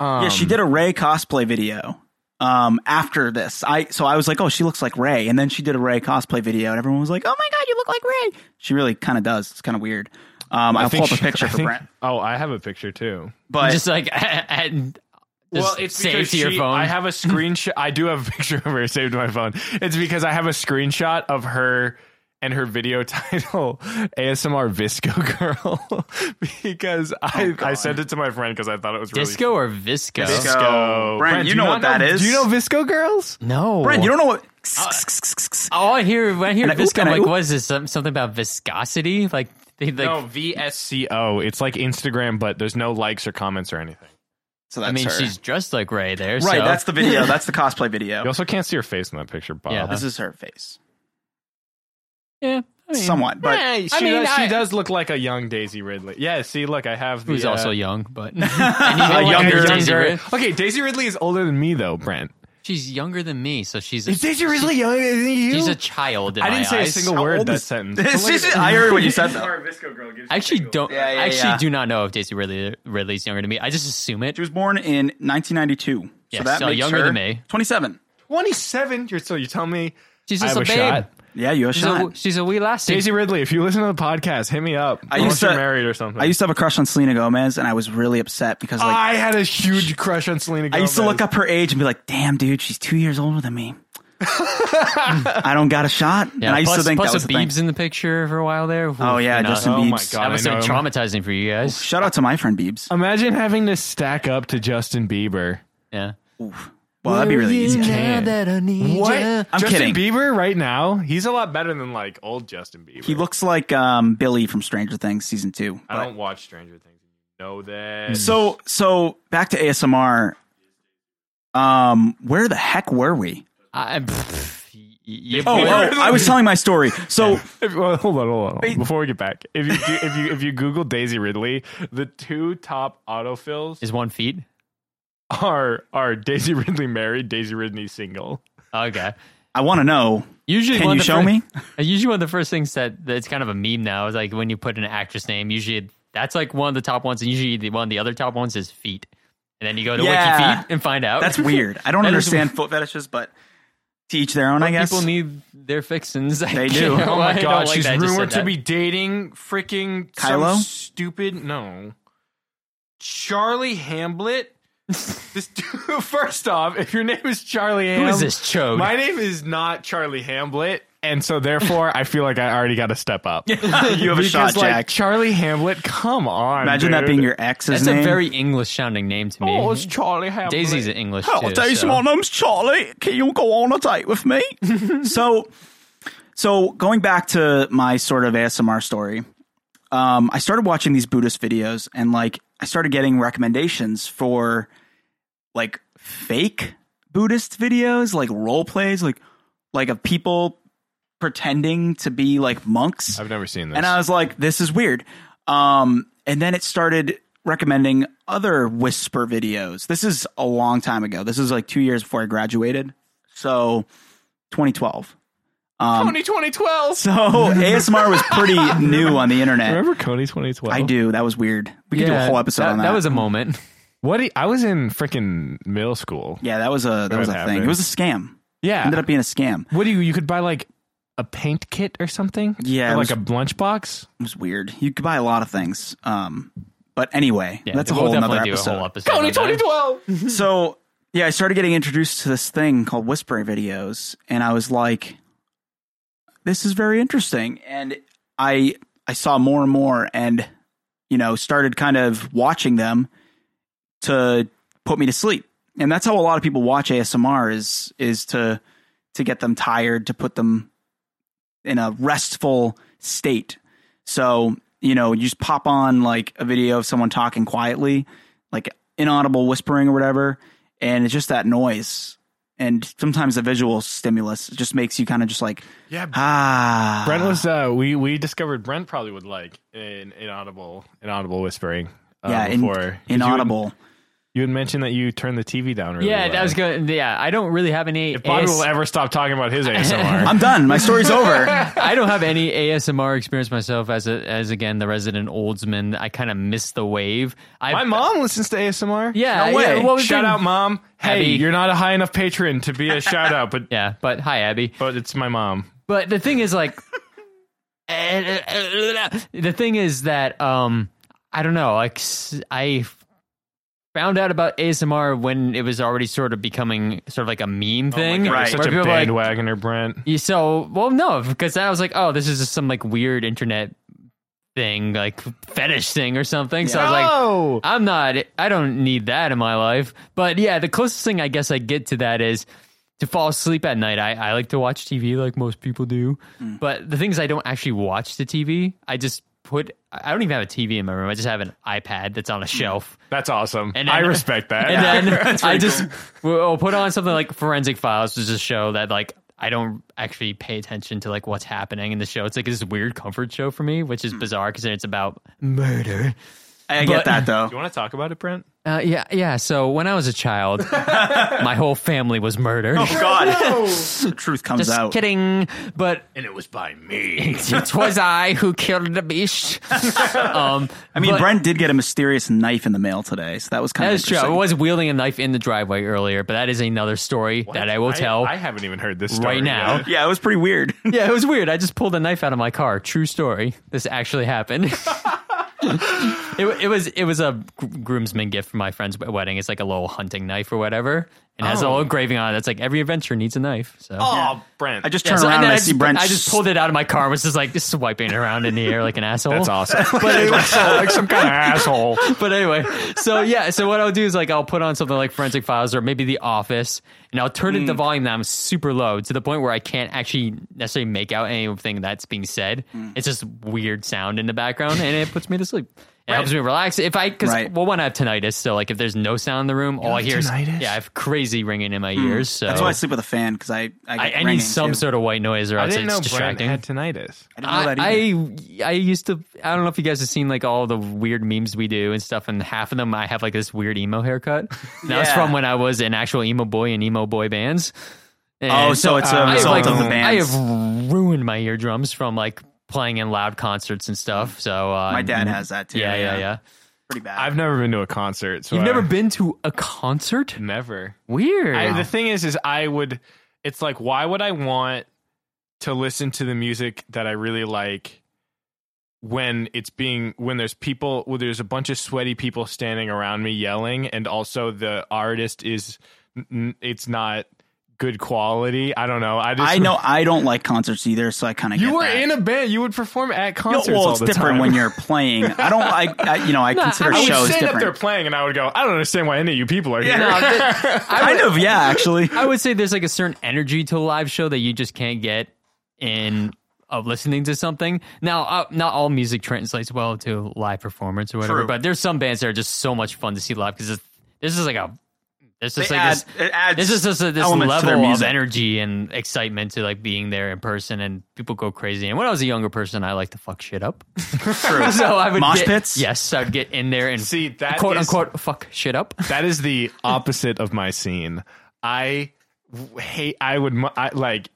Speaker 4: um
Speaker 3: yeah, she did a Ray cosplay video. Um, after this, I so I was like, oh, she looks like Ray, and then she did a Ray cosplay video, and everyone was like, oh my god, you look like Ray. She really kind of does. It's kind of weird. Um, I'll pull
Speaker 4: think
Speaker 3: up a
Speaker 4: she-
Speaker 3: picture
Speaker 4: I
Speaker 3: for
Speaker 4: think-
Speaker 3: Brent,
Speaker 4: Oh, I have a picture too.
Speaker 3: but
Speaker 2: just like at, Just save to your
Speaker 4: she-
Speaker 2: phone.
Speaker 4: I have a screenshot. I do have a picture of her saved to my phone. It's because I have a screenshot of her and her video title ASMR Visco Girl because I I sent it to my friend because I thought it was really
Speaker 2: Disco or Oh, Visco?
Speaker 3: Visco.
Speaker 4: Visco.
Speaker 3: Brent, you
Speaker 4: do
Speaker 3: know
Speaker 4: not
Speaker 3: what that is.
Speaker 4: Do you know Visco Girls?
Speaker 2: No,
Speaker 3: Brent, you don't know what.
Speaker 4: Uh,
Speaker 2: All I hear when I hear
Speaker 3: And I- oop,
Speaker 2: Visco, I'm
Speaker 3: and I
Speaker 2: like,
Speaker 3: oop.
Speaker 2: what is this? Some, something about viscosity? Like they like.
Speaker 4: no, V S C O. It's like Instagram, but there's no likes or comments or anything.
Speaker 3: So
Speaker 2: I
Speaker 3: that's
Speaker 2: mean,
Speaker 3: her.
Speaker 2: she's dressed like Ray there.
Speaker 3: right.
Speaker 2: so.
Speaker 3: That's the video. That's the cosplay video.
Speaker 4: You also can't see her face in that picture, Bob.
Speaker 2: Yeah.
Speaker 3: This is her face,
Speaker 2: yeah. I mean,
Speaker 3: somewhat, but
Speaker 4: Hey, she,
Speaker 2: I mean,
Speaker 4: does, she
Speaker 2: I-
Speaker 4: does look like a young Daisy Ridley. Yeah, see, look, I have the,
Speaker 2: who's
Speaker 4: uh,
Speaker 2: also young, but
Speaker 4: I
Speaker 2: a
Speaker 4: like
Speaker 2: younger
Speaker 4: a
Speaker 2: Daisy
Speaker 4: younger-
Speaker 2: Ridley.
Speaker 4: Okay, Daisy Ridley is older than me though, Brent.
Speaker 2: She's younger than me, so she's
Speaker 4: Is Daisy Ridley younger than you?
Speaker 2: she's a child. In
Speaker 4: I didn't
Speaker 2: my
Speaker 4: say
Speaker 2: eyes.
Speaker 4: a single
Speaker 3: How
Speaker 4: word
Speaker 3: old
Speaker 4: that
Speaker 3: is-
Speaker 4: sentence.
Speaker 3: I heard what you said though.
Speaker 2: I actually don't.
Speaker 3: Yeah, yeah,
Speaker 2: I actually
Speaker 3: yeah.
Speaker 2: do not know if Daisy Ridley Ridley's younger than me. I just assume it.
Speaker 3: She was born in 1992.
Speaker 2: Yeah,
Speaker 3: so that
Speaker 2: so
Speaker 3: makes
Speaker 2: younger
Speaker 3: her
Speaker 2: than me.
Speaker 3: 27.
Speaker 4: 27. You're so you tell me
Speaker 2: She's
Speaker 4: I
Speaker 2: just
Speaker 4: have
Speaker 2: a
Speaker 4: a,
Speaker 2: babe.
Speaker 4: shot.
Speaker 3: Yeah, you have a
Speaker 2: She's a,
Speaker 3: shot.
Speaker 2: she's a wee lassie.
Speaker 4: Daisy Ridley, if you listen to the podcast, hit me up.
Speaker 3: I
Speaker 4: Unless
Speaker 3: used to-
Speaker 4: you're married or something.
Speaker 3: I used to have a crush on Selena Gomez, and I was really upset because like
Speaker 4: I had a huge crush on Selena. Gomez.
Speaker 3: I used to look up her age and be like, "Damn, dude, she's two years older than me. I don't got a shot."
Speaker 2: Yeah,
Speaker 3: and I used
Speaker 2: plus,
Speaker 3: to think
Speaker 2: plus
Speaker 3: that was
Speaker 2: a
Speaker 3: the thing.
Speaker 2: Biebs in the picture for a while there.
Speaker 3: Oh yeah,
Speaker 2: Oof,
Speaker 3: Justin
Speaker 2: enough.
Speaker 4: Oh my
Speaker 3: Biebs.
Speaker 4: God.
Speaker 2: That was so
Speaker 4: I know him.
Speaker 2: traumatizing for you guys.
Speaker 3: Shout out to my friend Biebs.
Speaker 4: Imagine having to stack up to Justin Bieber.
Speaker 2: Yeah.
Speaker 3: well, that'd be really easy.
Speaker 2: that I need ya.
Speaker 3: I'm
Speaker 4: Justin
Speaker 3: kidding.
Speaker 4: Bieber right now, he's a lot better than like old Justin Bieber.
Speaker 3: He looks like um, Billy from Stranger Things season two.
Speaker 4: I don't watch Stranger Things. You know that.
Speaker 3: So so back to ASMR. Um, where the heck were we?
Speaker 2: I, pff, y- y-
Speaker 3: Oh,
Speaker 2: you-
Speaker 3: oh, I was telling my story. So
Speaker 4: If, well, hold on, hold on. hold on. Before we get back, if you do, if you if you Google Daisy Ridley, the two top autofills
Speaker 2: is one feet.
Speaker 4: are are Daisy Ridley married, Daisy Ridley single.
Speaker 2: Okay.
Speaker 3: I want to know.
Speaker 2: Usually,
Speaker 3: Can
Speaker 2: one
Speaker 3: you
Speaker 2: of the
Speaker 3: show
Speaker 2: fir-
Speaker 3: me?
Speaker 2: Usually, one of the first things that that's kind of a meme now is like when you put in an actress name. Usually, that's like one of the top ones, and usually the one of the other top ones is feet. And then you go to
Speaker 3: Yeah.
Speaker 2: Wiki Feet and find out.
Speaker 3: That's weird. I don't
Speaker 2: That is-
Speaker 3: understand foot fetishes, but to each their own. I guess
Speaker 2: People need their fixins.
Speaker 3: They do.
Speaker 4: Oh my god,
Speaker 2: like
Speaker 4: she's
Speaker 2: that. I just
Speaker 4: rumored
Speaker 2: said
Speaker 4: to be
Speaker 2: that.
Speaker 4: dating freaking
Speaker 3: Kylo?
Speaker 4: Some stupid no. Charlie Hamblet. this dude, first off, if your name is Charlie Ham,
Speaker 2: Who is this chode?
Speaker 4: My name is not Charlie Hamblet, and so therefore I feel like I already got to step up. you have
Speaker 3: a shot,
Speaker 4: like,
Speaker 3: Jack.
Speaker 4: Charlie Hamblet, come on.
Speaker 3: imagine that
Speaker 4: dude.
Speaker 3: being your ex's
Speaker 2: That's
Speaker 3: name.
Speaker 2: a very English sounding name to me.
Speaker 4: Oh, it's Charlie Hamblet.
Speaker 2: Daisy's English.
Speaker 3: Hello,
Speaker 2: too,
Speaker 3: Oh, Daisy.
Speaker 2: so-
Speaker 3: My name's Charlie. Can you go on a date with me? so, so going back to my sort of ASMR story, um, I started watching these Buddhist videos, and like I started getting recommendations for like fake Buddhist videos, like role plays, like like of people pretending to be like monks.
Speaker 4: I've never seen this.
Speaker 3: And uh, I was like, this is weird. Um, and then it started recommending other whisper videos. This is a long time ago. This is like two years before I graduated. So 2012.
Speaker 2: Um,
Speaker 4: 2012.
Speaker 3: So ASMR was pretty new on the internet.
Speaker 4: Remember Coney 2012?
Speaker 3: I do. That was weird. We could do a whole episode
Speaker 2: that,
Speaker 3: on that.
Speaker 2: That was a moment.
Speaker 4: What? do you- I was in freaking middle school.
Speaker 3: yeah, that was a that was a
Speaker 4: That
Speaker 3: thing. It
Speaker 4: happened.
Speaker 3: was a scam.
Speaker 2: Ah.
Speaker 4: Yeah.
Speaker 3: Ended up being a scam.
Speaker 4: What do you? You could buy like a paint kit or something.
Speaker 3: Yeah,
Speaker 4: Or
Speaker 3: it was-
Speaker 4: like a lunchbox.
Speaker 3: It was weird. You could buy a lot of things. Um, but anyway,
Speaker 2: Yeah,
Speaker 3: that's a
Speaker 2: we'll
Speaker 3: whole
Speaker 2: definitely
Speaker 3: another
Speaker 2: do
Speaker 3: episode.
Speaker 2: A whole episode on that.
Speaker 3: so yeah, I started getting introduced to this thing called whisper videos, and I was like, "This is very interesting." And I I saw more and more, and you know, started kind of watching them to put me to sleep. And that's how a lot of people watch ASMR is is to to get them tired, to put them in a restful state. So, you know, you just pop on like a video of someone talking quietly, like inaudible whispering or whatever, and it's just that noise. And sometimes the visual stimulus just makes you kind of just like,
Speaker 4: Yeah.
Speaker 3: ah.
Speaker 4: Brent was. Uh, we we discovered Brent probably would like an inaudible inaudible whispering. Uh,
Speaker 3: yeah, in-
Speaker 4: Before 'Cause you had-
Speaker 3: inaudible.
Speaker 4: You had mentioned that you turned the TV down. Really
Speaker 2: Yeah,
Speaker 4: low.
Speaker 2: that was good. Yeah, I don't really have any.
Speaker 4: If Bobby
Speaker 2: AS
Speaker 4: will ever stop talking about his ASMR,
Speaker 3: I'm done. My story's over.
Speaker 2: I don't have any ASMR experience myself. As a, as again the resident oldsman, I kind of miss the wave. I,
Speaker 4: my mom listens to ASMR.
Speaker 2: Yeah,
Speaker 3: No way.
Speaker 2: yeah. What was
Speaker 4: Shout
Speaker 2: your-
Speaker 4: out, mom. Hey,
Speaker 2: Abby.
Speaker 4: you're not a high enough patron to be a shout out, but
Speaker 2: Yeah, but hi, Abby.
Speaker 4: but it's my mom.
Speaker 2: But the thing is, like, the thing is that um, I don't know. Like, s- I found out about ASMR when it was already sort of becoming sort of like a meme thing.
Speaker 4: Oh You're
Speaker 3: Right.
Speaker 4: Such a
Speaker 2: people are like-
Speaker 4: bandwagoner, Brent.
Speaker 2: You so well no because I was like oh this is just some like weird internet thing like fetish thing or something. So I was like
Speaker 4: No!
Speaker 2: I'm not I don't need that in my life. But yeah, the closest thing I guess I get to that is to fall asleep at night. I, I like to watch TV like most people do. But the things I don't actually watch the TV, I just put I don't even have a TV in my room. I just have an iPad that's on a shelf.
Speaker 4: That's awesome.
Speaker 2: And
Speaker 4: I
Speaker 2: then-
Speaker 4: respect that.
Speaker 2: And then I just will put on something like Forensic Files to just show that like I don't actually pay attention to like what's happening in the show. It's like this weird comfort show for me, which is bizarre because it's about murder.
Speaker 3: I get
Speaker 2: But-
Speaker 3: that though.
Speaker 4: you want to talk about it, Brent?
Speaker 2: Uh, yeah, yeah. So when I was a child, my whole family was murdered.
Speaker 4: Oh,
Speaker 3: God, the truth comes
Speaker 2: just
Speaker 3: out.
Speaker 2: kidding, but
Speaker 4: And it was by me.
Speaker 2: it was I who killed the beast. um,
Speaker 3: I mean,
Speaker 2: but-
Speaker 3: Brent did get a mysterious knife in the mail today, so that was kind
Speaker 2: That
Speaker 3: of
Speaker 2: is true. I
Speaker 3: interesting.
Speaker 2: was wielding a knife in the driveway earlier, but that is another story that I will tell.
Speaker 4: I haven't even heard this
Speaker 2: right
Speaker 4: story
Speaker 2: now.
Speaker 4: yet.
Speaker 3: Yeah, it was pretty weird.
Speaker 2: Yeah, it was weird. I just pulled a knife out of my car. True story. This actually happened. it, it was it was a gr- groomsman gift for my friend's wedding. It's like a little hunting knife or whatever, and has a
Speaker 4: Oh.
Speaker 2: little engraving on it. That's like every adventure needs a knife. So.
Speaker 4: Oh, Brent.
Speaker 3: I just
Speaker 2: Yeah,
Speaker 3: turned
Speaker 2: so-
Speaker 3: around
Speaker 2: then
Speaker 3: and I,
Speaker 2: I
Speaker 3: see
Speaker 2: just,
Speaker 3: Brent.
Speaker 2: I just pulled it out of my car and was just like just swiping it around in the air like an asshole.
Speaker 4: That's awesome. but it was like some kind of asshole.
Speaker 2: But anyway, so yeah, so what I'll do is like I'll put on something like Forensic Files or maybe The Office, and I'll turn
Speaker 4: Mm.
Speaker 2: it the volume down super low to the point where I can't actually necessarily make out anything that's being said.
Speaker 4: Mm.
Speaker 2: It's just weird sound in the background, and it puts me to sleep. It helps me relax. If I, because
Speaker 3: Right.
Speaker 2: well, one I have tinnitus, so like if there's no sound in the room, all I
Speaker 4: have
Speaker 2: hear is
Speaker 4: tinnitus? Hmm.
Speaker 2: yeah, I have crazy ringing in my ears. So
Speaker 3: That's why I sleep with a fan because I I,
Speaker 2: Oh. I,
Speaker 3: get
Speaker 2: I need
Speaker 3: ringing,
Speaker 2: some
Speaker 3: too.
Speaker 2: sort of white noise, or
Speaker 4: I
Speaker 2: else
Speaker 4: didn't
Speaker 2: it's
Speaker 4: know Brent
Speaker 2: distracting.
Speaker 4: had tinnitus.
Speaker 3: I didn't know that either.
Speaker 2: I, I I used to I don't know if you guys have seen like all the weird memes we do and stuff, and half of them I have like this weird emo haircut. And That was
Speaker 3: Yeah.
Speaker 2: from when I was an actual emo boy in emo boy bands. And
Speaker 3: Oh, so it's a
Speaker 2: I have,
Speaker 3: result
Speaker 2: like,
Speaker 3: of the
Speaker 2: I
Speaker 3: bands.
Speaker 2: have ruined my eardrums from like playing in loud concerts and stuff. So uh,
Speaker 3: My dad has that too.
Speaker 2: Yeah, yeah, yeah.
Speaker 3: Pretty bad.
Speaker 4: I've never been to a concert. So
Speaker 2: You've never
Speaker 4: I-
Speaker 2: been to a concert?
Speaker 4: Never.
Speaker 2: Weird.
Speaker 4: I, the thing is, is I would. It's like, why would I want to listen to the music that I really like when it's being when there's people, when there's a bunch of sweaty people standing around me yelling, and also the artist is, n- n- it's not good quality. I don't know. I just
Speaker 3: I know I don't like concerts either, so I kind of
Speaker 4: you
Speaker 3: get
Speaker 4: were
Speaker 3: that.
Speaker 4: in a band. You would perform at
Speaker 3: No,
Speaker 4: concerts.
Speaker 3: well,
Speaker 4: all
Speaker 3: it's
Speaker 4: the
Speaker 3: different
Speaker 4: time.
Speaker 3: when you're playing. I don't like, I, you know, I consider
Speaker 2: I
Speaker 4: I would
Speaker 3: shows
Speaker 4: stand up there
Speaker 3: different.
Speaker 4: playing, and I would go, I don't understand why any of you people are here.
Speaker 2: No, th-
Speaker 3: Kind of, yeah, actually.
Speaker 2: I would say there's like a certain energy to a live show that you just can't get in of listening to something. Now, uh, not all music translates well to live performance or whatever,
Speaker 3: True.
Speaker 2: but there's some bands that are just so much fun to see live because this is like a this is
Speaker 3: They
Speaker 2: like
Speaker 3: add-
Speaker 2: this,
Speaker 3: it adds
Speaker 2: this is just a, this
Speaker 3: elements to their
Speaker 2: level of
Speaker 3: music.
Speaker 2: energy and excitement to like being there in person and people go crazy. And when I was a younger person, I like to fuck shit up.
Speaker 3: True.
Speaker 2: So I would
Speaker 3: Mosh
Speaker 2: get-
Speaker 3: pits?
Speaker 2: Yes, I'd get in there and
Speaker 4: See, that
Speaker 2: quote
Speaker 4: is-
Speaker 2: unquote fuck shit up.
Speaker 4: That is the opposite of my scene. I w- hate. I would mu- I, like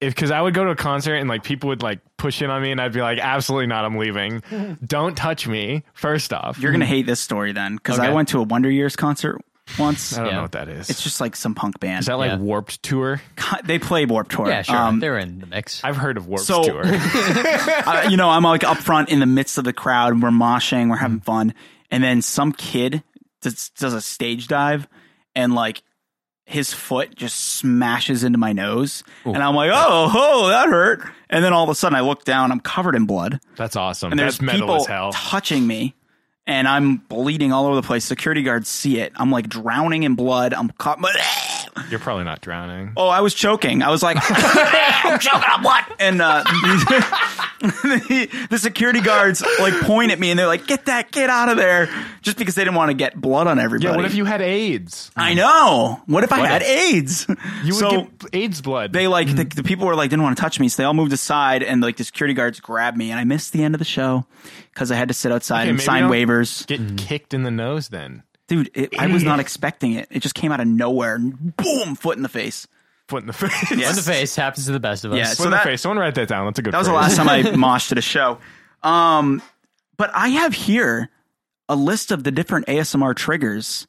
Speaker 4: if because I would go to a concert and like people would like push in on me and I'd be like, absolutely not. I'm leaving. Don't touch me. First off,
Speaker 3: You're gonna hate this story then, because I
Speaker 2: Okay. Uh,
Speaker 3: went to a Wonder Years concert once.
Speaker 4: I don't
Speaker 2: Yeah.
Speaker 4: know what that is.
Speaker 3: It's just like some punk band.
Speaker 4: is that like
Speaker 2: Yeah.
Speaker 4: Warped Tour?
Speaker 3: they play Warped Tour.
Speaker 2: Yeah, sure.
Speaker 3: Um,
Speaker 2: They're in the mix.
Speaker 4: I've heard of Warped
Speaker 3: So-
Speaker 4: Tour.
Speaker 3: I- you know, I'm like up front in the midst of the crowd. and We're moshing, we're
Speaker 2: Mm.
Speaker 3: having fun, and then some kid does, does a stage dive, and like his foot just smashes into my nose, and I'm like, oh, oh, that hurt. And then all of a sudden, I look down, I'm covered in blood,
Speaker 4: That's awesome.
Speaker 3: and there's
Speaker 4: That's metal
Speaker 3: people
Speaker 4: as hell.
Speaker 3: touching me. And I'm bleeding all over the place. Security guards see it. I'm like drowning in blood. I'm caught.
Speaker 4: You're probably not drowning.
Speaker 3: Oh, I was choking. I was like, I'm choking on what? And uh, the, the security guards like point at me and they're like, get that kid out of there just because they didn't want to get blood on everybody.
Speaker 4: Yeah. What if you had AIDS?
Speaker 3: I know. What if I had AIDS?
Speaker 4: You would
Speaker 3: Uh, so
Speaker 4: get Mm-hmm. AIDS blood.
Speaker 3: they like, the, the people were like, didn't want to touch me. So they all moved aside and like the security guards grabbed me and I missed the end of the show because I had to sit outside
Speaker 4: Okay,
Speaker 3: and
Speaker 4: maybe
Speaker 3: sign
Speaker 4: don't
Speaker 3: waivers.
Speaker 4: get kicked in the nose. Then
Speaker 3: Dude, it, I was not expecting it. It just came out of nowhere. and Boom, foot in the face.
Speaker 4: foot in the face.
Speaker 3: Yeah.
Speaker 2: In the face happens to the best of us.
Speaker 3: Yeah,
Speaker 4: Foot
Speaker 3: So
Speaker 4: in the
Speaker 3: that-
Speaker 4: face. Someone write that down. That's a good.
Speaker 3: That was the last time I moshed at a show. Um, but I have here a list of the different ASMR triggers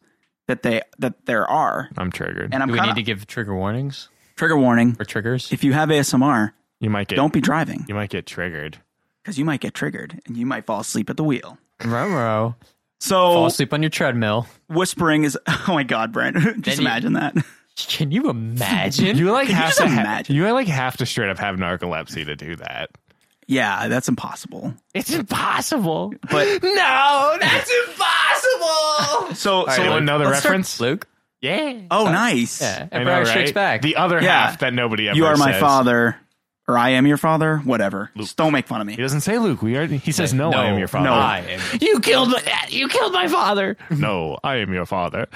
Speaker 3: that they that there are,
Speaker 4: I'm triggered.
Speaker 3: and I'm
Speaker 2: Do we
Speaker 3: kind
Speaker 2: need
Speaker 3: of
Speaker 2: to give trigger warnings
Speaker 3: trigger warning.
Speaker 2: or triggers?
Speaker 3: If you have ASMR,
Speaker 4: you might get.
Speaker 3: don't be driving
Speaker 4: You might get triggered.
Speaker 3: because you might get triggered and you might fall asleep at the wheel.
Speaker 2: Ruh-roh.
Speaker 3: So
Speaker 2: Fall asleep on your treadmill.
Speaker 3: whispering is oh my god, Brent. Just
Speaker 2: you-
Speaker 3: imagine that.
Speaker 2: Can you imagine?
Speaker 4: You like
Speaker 3: you
Speaker 4: have
Speaker 3: just
Speaker 4: to ha-
Speaker 3: imagine?
Speaker 4: you like have to straight up have narcolepsy to do that.
Speaker 3: Yeah, that's impossible.
Speaker 4: It's impossible.
Speaker 3: But
Speaker 4: No, that's impossible.
Speaker 3: so so
Speaker 4: so another
Speaker 2: Let's start-
Speaker 4: reference.
Speaker 2: Luke.
Speaker 4: yeah.
Speaker 3: oh nice.
Speaker 2: uh, Yeah,
Speaker 4: I
Speaker 2: Empire
Speaker 4: know,
Speaker 2: Strikes
Speaker 4: right?
Speaker 2: Back.
Speaker 4: The other
Speaker 3: Yeah.
Speaker 4: half that nobody ever
Speaker 3: You are my
Speaker 4: says.
Speaker 3: father, or I am your father. Whatever. Just don't make fun of me.
Speaker 4: He doesn't say Luke. We are. He says, "No,
Speaker 2: no,
Speaker 4: I am your father.
Speaker 3: no.
Speaker 2: I am.
Speaker 4: You killed my. You killed my father. no, I am your father.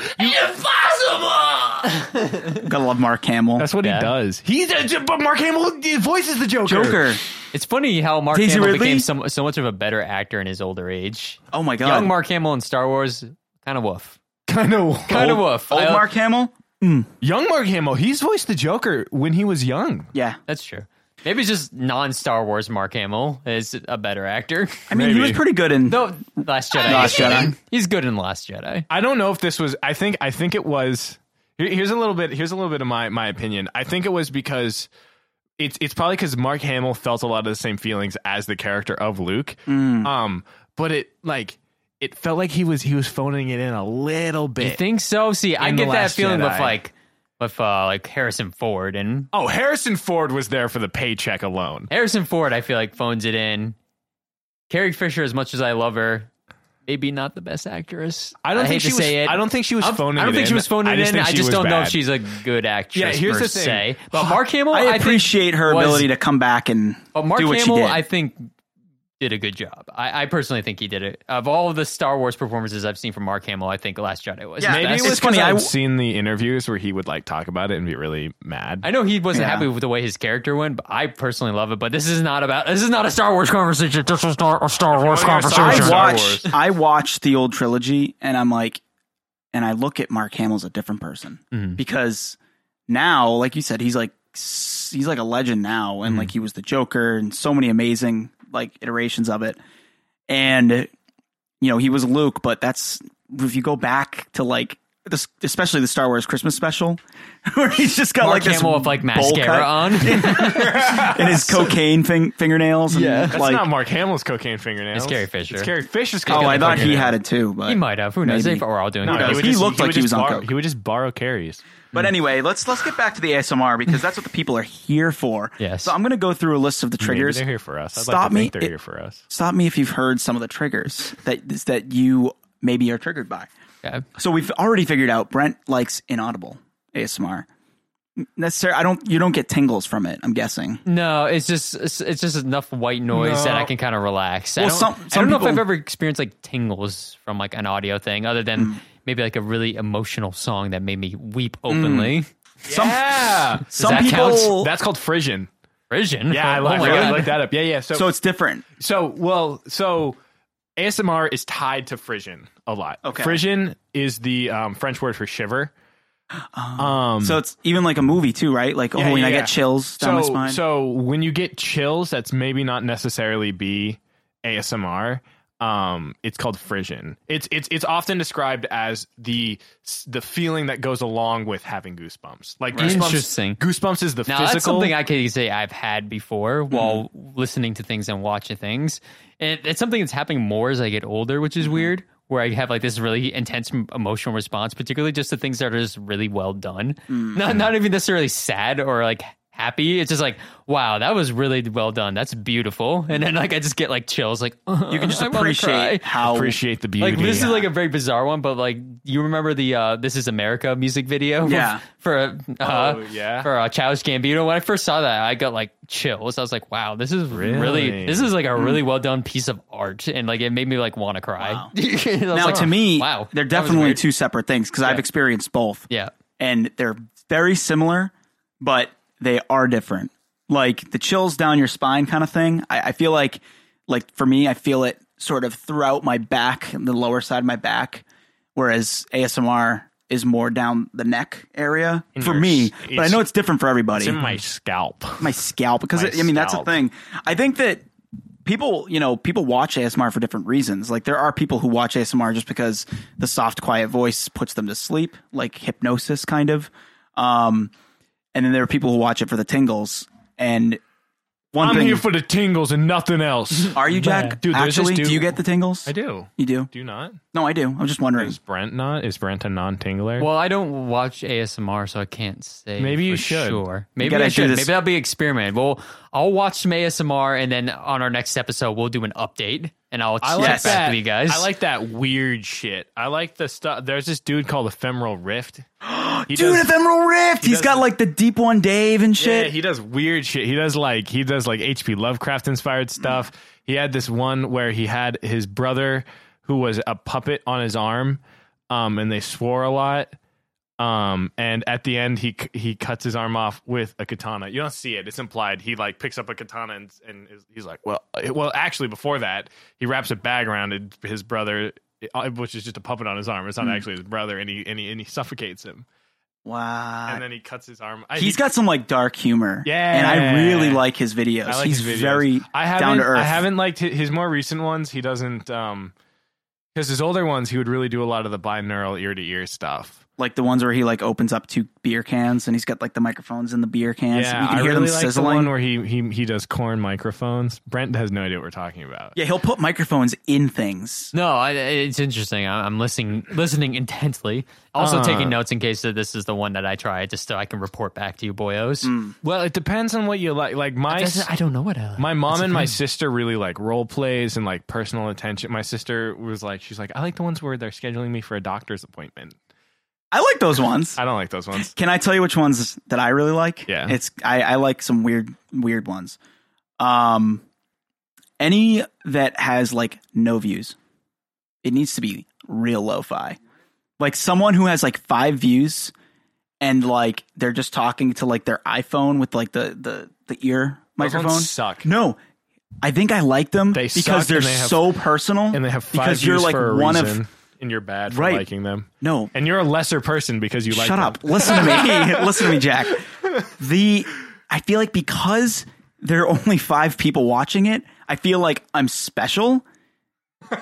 Speaker 4: Impossible.
Speaker 3: Gotta love Mark Hamill.
Speaker 4: That's what
Speaker 2: Yeah.
Speaker 4: he does. He's a, but Mark Hamill voices the Joker.
Speaker 3: Joker.
Speaker 2: It's funny how Mark
Speaker 3: Daisy
Speaker 2: Hamill
Speaker 3: Ridley?
Speaker 2: became so, so much of a better actor in his older age.
Speaker 3: Oh my god.
Speaker 2: Young Mark Hamill in Star Wars, kind of woof.
Speaker 4: Kind of.
Speaker 2: Kind of woof.
Speaker 3: Old
Speaker 2: I-
Speaker 3: Mark Hamill.
Speaker 4: Young Mark Hamill. He's voiced the Joker when he was young.
Speaker 3: Yeah.
Speaker 2: That's true. Maybe it's just non Star Wars Mark Hamill is a better actor.
Speaker 3: I mean, he was
Speaker 4: Maybe.
Speaker 3: pretty good in.
Speaker 2: No, Last Jedi.
Speaker 3: Last Jedi.
Speaker 2: He's good in Last Jedi.
Speaker 4: I don't know if this was. I think. I think it was. here- Here's a little bit. Here's a little bit of my my opinion. I think it was because it's it's probably because Mark Hamill felt a lot of the same feelings as the character of Luke.
Speaker 2: Mm.
Speaker 4: Um, but it like it felt like he was he was phoning it in a little bit.
Speaker 2: You think so? See, I
Speaker 4: In
Speaker 2: get
Speaker 4: The
Speaker 2: that
Speaker 4: Last
Speaker 2: feeling
Speaker 4: Jedi.
Speaker 2: with like with uh, like Harrison Ford and
Speaker 4: oh, Harrison Ford was there for the paycheck alone.
Speaker 2: Harrison Ford. I feel like phones it in. Carrie Fisher, as much as I love her, maybe not the best actress.
Speaker 4: I don't
Speaker 2: hate
Speaker 4: think she
Speaker 2: to
Speaker 4: was.
Speaker 2: say it.
Speaker 4: I don't think she was
Speaker 2: I'm-
Speaker 4: phoning.
Speaker 2: I don't
Speaker 4: it
Speaker 2: think
Speaker 4: in.
Speaker 2: she was phoning
Speaker 4: I just
Speaker 2: in.
Speaker 4: think
Speaker 2: I
Speaker 4: she
Speaker 2: just
Speaker 4: was
Speaker 2: don't know
Speaker 4: bad.
Speaker 2: if she's a good actress.
Speaker 4: Yeah, here's
Speaker 2: per
Speaker 4: the thing.
Speaker 2: se. But Mark Hamill,
Speaker 3: I
Speaker 2: think,
Speaker 3: appreciate her
Speaker 2: was-
Speaker 3: ability to come back and
Speaker 2: But Mark
Speaker 3: do what
Speaker 2: Hamill,
Speaker 3: she did.
Speaker 2: I think, did a good job. I, I personally think he did it. Of all the Star Wars performances I've seen from Mark Hamill, I think Last Jedi was.
Speaker 3: Yeah,
Speaker 2: his
Speaker 4: Maybe
Speaker 2: best.
Speaker 4: it was
Speaker 3: It's funny,
Speaker 4: funny.
Speaker 3: I
Speaker 4: I've
Speaker 3: w-
Speaker 4: seen the interviews where he would like talk about it and be really mad.
Speaker 2: I know he wasn't
Speaker 3: Yeah.
Speaker 2: happy with the way his character went, but I personally love it. But this is not about. This is not a Star Wars conversation. This is not a Star Wars
Speaker 4: wanna hear a Star
Speaker 2: conversation.
Speaker 4: Wars
Speaker 3: I
Speaker 4: Wars.
Speaker 3: watched I watched the old trilogy and I'm like and I look at Mark Hamill as a different person
Speaker 2: Mm-hmm.
Speaker 3: because now like you said he's like s- he's like a legend now
Speaker 2: Mm-hmm.
Speaker 3: and like he was the Joker and so many amazing like iterations of it and you know he was Luke but that's if you go back to like this, especially the Star Wars Christmas special where he's just got
Speaker 2: Mark
Speaker 3: like this
Speaker 2: Hamill with like
Speaker 3: bowl
Speaker 2: mascara
Speaker 3: cut
Speaker 2: on. it's
Speaker 3: and his cocaine fing- fingernails and
Speaker 2: Yeah.
Speaker 4: That's
Speaker 3: like
Speaker 4: not Mark Hamill's cocaine fingernails.
Speaker 2: It's Carrie Fisher.
Speaker 4: It's Carrie Fisher's
Speaker 3: oh
Speaker 4: cocaine
Speaker 3: I thought he
Speaker 4: fingernails.
Speaker 3: had it too but
Speaker 2: he might have. Who knows?
Speaker 3: Maybe.
Speaker 2: If we're all doing.
Speaker 4: No,
Speaker 2: it.
Speaker 3: knows?
Speaker 4: he, would
Speaker 3: He
Speaker 4: just,
Speaker 3: looked like
Speaker 4: would
Speaker 3: he was
Speaker 4: just
Speaker 3: on
Speaker 4: borrow-
Speaker 3: coke.
Speaker 4: He would just borrow carries.
Speaker 3: But anyway, let's let's get back to the ASMR because that's what the people are here for.
Speaker 2: Yes.
Speaker 3: So I'm going to go through a list of the
Speaker 4: Maybe
Speaker 3: triggers.
Speaker 4: they're here for us. I'd
Speaker 3: Stop
Speaker 4: like to
Speaker 3: me.
Speaker 4: think they're
Speaker 3: It-
Speaker 4: here for us.
Speaker 3: Stop me if you've heard some of the triggers that that you maybe are triggered by.
Speaker 2: Okay.
Speaker 3: So we've already figured out Brent likes inaudible ASMR. Necessarily, I don't. You don't get tingles from it. I'm guessing.
Speaker 2: No, it's just it's, it's just enough white noise that
Speaker 4: No.
Speaker 2: I can kind of relax. I
Speaker 3: Well,
Speaker 2: don't,
Speaker 3: some-
Speaker 2: I
Speaker 3: some
Speaker 2: don't know
Speaker 3: people-
Speaker 2: if I've ever experienced like tingles from like an audio thing, other than
Speaker 3: Mm.
Speaker 2: maybe like a really emotional song that made me weep openly.
Speaker 3: Mm.
Speaker 4: yeah,
Speaker 3: Some
Speaker 2: that count?
Speaker 3: people.
Speaker 4: that's called frission.
Speaker 2: Vision.
Speaker 4: Yeah, I,
Speaker 2: oh
Speaker 4: like,
Speaker 2: my
Speaker 4: really
Speaker 2: God.
Speaker 4: looked that up. Yeah, yeah.
Speaker 3: So it's different.
Speaker 4: So, well, so ASMR is tied to Frisian a lot.
Speaker 3: Okay.
Speaker 4: Frisian is the um, French word for shiver. Um,
Speaker 3: So it's even like a movie too, right? Like oh, and
Speaker 4: yeah,
Speaker 3: I
Speaker 4: yeah.
Speaker 3: get chills down my
Speaker 4: so,
Speaker 3: spine.
Speaker 4: so when you get chills, that's maybe not necessarily be ASMR. Um, it's called Frisian. It's it's it's often described as the the feeling that goes along with having goosebumps. Like
Speaker 2: Right.
Speaker 4: goosebumps,
Speaker 2: Interesting.
Speaker 4: Goosebumps is the
Speaker 2: Now
Speaker 4: physical.
Speaker 2: that's something I can say I've had before while listening to things and watching things. And it's something that's happening more as I get older, which
Speaker 3: Mm-hmm.
Speaker 2: is weird. Where I have like this really intense m- emotional response, particularly just to things that are just really well done.
Speaker 3: Mm.
Speaker 2: Not not even necessarily sad or like happy. It's just like wow, that was really well done. That's beautiful. And then like I just get like chills. Like
Speaker 3: you can just
Speaker 2: I wanna cry.
Speaker 3: appreciate how
Speaker 4: appreciate the beauty.
Speaker 2: Like this is like a very bizarre one, but like you remember the uh, "This Is America" music video?
Speaker 3: Yeah.
Speaker 2: For uh,
Speaker 4: Oh, yeah.
Speaker 2: For uh, Childish Gambino. When I first saw that, I got like chills. I was like, "Wow, this is really,
Speaker 4: Really?
Speaker 2: this is like a really well done piece of art," and like it made me like want to cry.
Speaker 3: Mm. Wow.
Speaker 2: I was
Speaker 3: Now,
Speaker 2: like,
Speaker 3: to me,
Speaker 2: wow,
Speaker 3: they're
Speaker 2: that was
Speaker 3: definitely
Speaker 2: weird.
Speaker 3: two separate things because I've experienced both.
Speaker 2: Yeah.
Speaker 3: and they're very similar, but they are different. Like the chills down your spine kind of thing. I, I feel like, like for me, I feel it sort of throughout my back, the lower side of my back, whereas ASMR is more down the neck area for
Speaker 4: your
Speaker 3: me.
Speaker 4: s-
Speaker 3: But I know it's different for everybody.
Speaker 4: in my scalp.
Speaker 3: my scalp, because
Speaker 4: my
Speaker 3: I mean that's a
Speaker 4: scalp.
Speaker 3: thing. I think that people, you know, people watch ASMR for different reasons. Like there are people who watch ASMR just because the soft, quiet voice puts them to sleep, like hypnosis, kind of. Um, and then there are people who watch it for the tingles. And one
Speaker 4: I'm
Speaker 3: thing.
Speaker 4: here for the tingles and nothing else.
Speaker 3: are you Jack?
Speaker 4: Dude, there's this
Speaker 3: actually,
Speaker 4: dude-
Speaker 3: do you get the tingles?
Speaker 4: I do.
Speaker 3: You do?
Speaker 4: Do you not?
Speaker 3: No, I do. I'm just wondering.
Speaker 4: Is Brent not? Is Brent a non-tingler?
Speaker 2: Well, I don't watch ASMR, so I can't say.
Speaker 4: Maybe you
Speaker 2: for
Speaker 4: should.
Speaker 2: Sure. Maybe
Speaker 3: gotta
Speaker 2: I
Speaker 3: do
Speaker 2: should.
Speaker 3: this-
Speaker 2: Maybe that'll be an experiment. Well, I'll watch some ASMR, and then on our next episode, we'll do an update, and I'll
Speaker 4: I
Speaker 2: check
Speaker 4: like
Speaker 3: Yes.
Speaker 4: that.
Speaker 2: back with you guys.
Speaker 4: I like that weird shit. I like the stuff. There's this dude called Ephemeral Rift. He
Speaker 3: Dude,
Speaker 4: does,
Speaker 3: Ephemeral Rift. He has got like the Deep One Dave and shit.
Speaker 4: yeah, he does weird shit. He does like he does like H.P. Lovecraft
Speaker 3: Mm.
Speaker 4: inspired stuff. He had this one where he had his brother who was a puppet on his arm, um, and they swore a lot. Um, and at the end, he c- he cuts his arm off with a katana. You don't see it; it's implied. He like picks up a katana and, and is- he's like, "Well, it- well." Actually, before that, he wraps a bag around it- his brother, uh, which is just a puppet on his arm. It's not
Speaker 3: Mm.
Speaker 4: actually his brother, and he and he, and he suffocates him,
Speaker 3: wow.
Speaker 4: and then he cuts his arm. I-
Speaker 3: He's got some like dark humor.
Speaker 4: Yeah.
Speaker 3: And I really like his videos.
Speaker 4: I like
Speaker 3: He's
Speaker 4: his videos.
Speaker 3: very
Speaker 4: I haven't,
Speaker 3: down to earth.
Speaker 4: I haven't liked hi- his more recent ones. He doesn't um, because his older ones, he would really do a lot of the binaural ear to ear stuff.
Speaker 3: like the ones where he like opens up two beer cans and he's got like the microphones in the beer cans.
Speaker 4: Yeah,
Speaker 3: you can
Speaker 4: I
Speaker 3: hear
Speaker 4: really
Speaker 3: them
Speaker 4: like the one
Speaker 3: sizzling.
Speaker 4: where he, he he does corn microphones. Brent has no idea what we're talking about.
Speaker 3: yeah, he'll put microphones in things.
Speaker 2: No, I, it's interesting. I- I'm listening, listening intensely. Also
Speaker 4: Uh.
Speaker 2: taking notes in case that this is the one that I try, just so I can report back to you, boyos.
Speaker 4: Well, it depends on what you like. Like my
Speaker 2: That's-
Speaker 4: s-
Speaker 2: I don't know what I like.
Speaker 4: my mom and my sister really like role plays and like personal attention. My sister was like, she's like, I like the ones where they're scheduling me for a doctor's appointment.
Speaker 3: I like those ones.
Speaker 4: I don't like those ones.
Speaker 3: Can I tell you which ones that I really like?
Speaker 4: Yeah.
Speaker 3: It's I, I like some weird weird ones. Um any that has like no views. It needs to be real lo-fi. Like someone who has like 5 views and like they're just talking to like their iPhone with like the the the ear
Speaker 4: Those ones
Speaker 3: microphone.
Speaker 4: suck.
Speaker 3: No. I think I like them
Speaker 4: They suck
Speaker 3: because
Speaker 4: and
Speaker 3: they're
Speaker 4: they have-
Speaker 3: so personal
Speaker 4: And they have five
Speaker 3: because you're
Speaker 4: views
Speaker 3: like
Speaker 4: for a
Speaker 3: one
Speaker 4: reason,
Speaker 3: of
Speaker 4: and you're bad for
Speaker 3: Right.
Speaker 4: liking them.
Speaker 3: no
Speaker 4: And you're a lesser person because you like
Speaker 3: Shut
Speaker 4: them.
Speaker 3: up. Listen to me. Listen to me, Jack. The I feel like because there are only five people watching it, I feel like I'm special.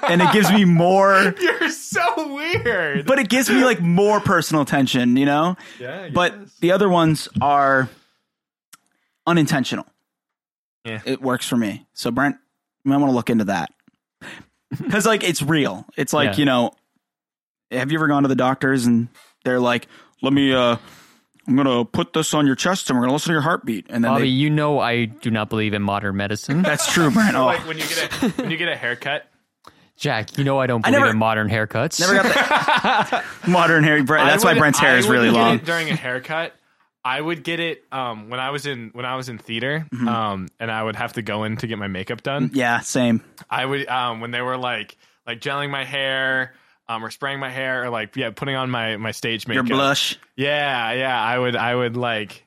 Speaker 3: And it gives me more
Speaker 4: You're so weird.
Speaker 3: but it gives me like more personal attention, you know?
Speaker 4: Yeah, I
Speaker 3: But
Speaker 4: guess.
Speaker 3: the other ones are unintentional.
Speaker 4: Yeah.
Speaker 3: It works for me. So Brent, you might want to look into that. Cause like it's real. It's like,
Speaker 2: Yeah.
Speaker 3: you know, have you ever gone to the doctors and they're like, Let me uh I'm gonna put this on your chest and we're gonna listen to your heartbeat and then
Speaker 2: Bobby,
Speaker 3: they,
Speaker 2: you know I do not believe in modern medicine.
Speaker 3: that's true, Brent. Oh,
Speaker 4: like when you get a when you get a haircut.
Speaker 2: Jack, you know I don't believe
Speaker 3: never-
Speaker 2: in modern haircuts.
Speaker 3: never got the modern hair Brent. That's
Speaker 4: I
Speaker 3: why
Speaker 4: would-
Speaker 3: Brent's hair
Speaker 4: I
Speaker 3: is
Speaker 4: would
Speaker 3: really
Speaker 4: get
Speaker 3: long.
Speaker 4: it during a haircut, I would get it um, when I was in when I was in theater,
Speaker 3: Mm-hmm.
Speaker 4: um, and I would have to go in to get my makeup done.
Speaker 3: Yeah, same.
Speaker 4: I would um, when they were like like gelling my hair. Um, or spraying my hair, or like yeah, putting on my my stage
Speaker 3: Your
Speaker 4: makeup.
Speaker 3: blush.
Speaker 4: Yeah, yeah. I would, I would like,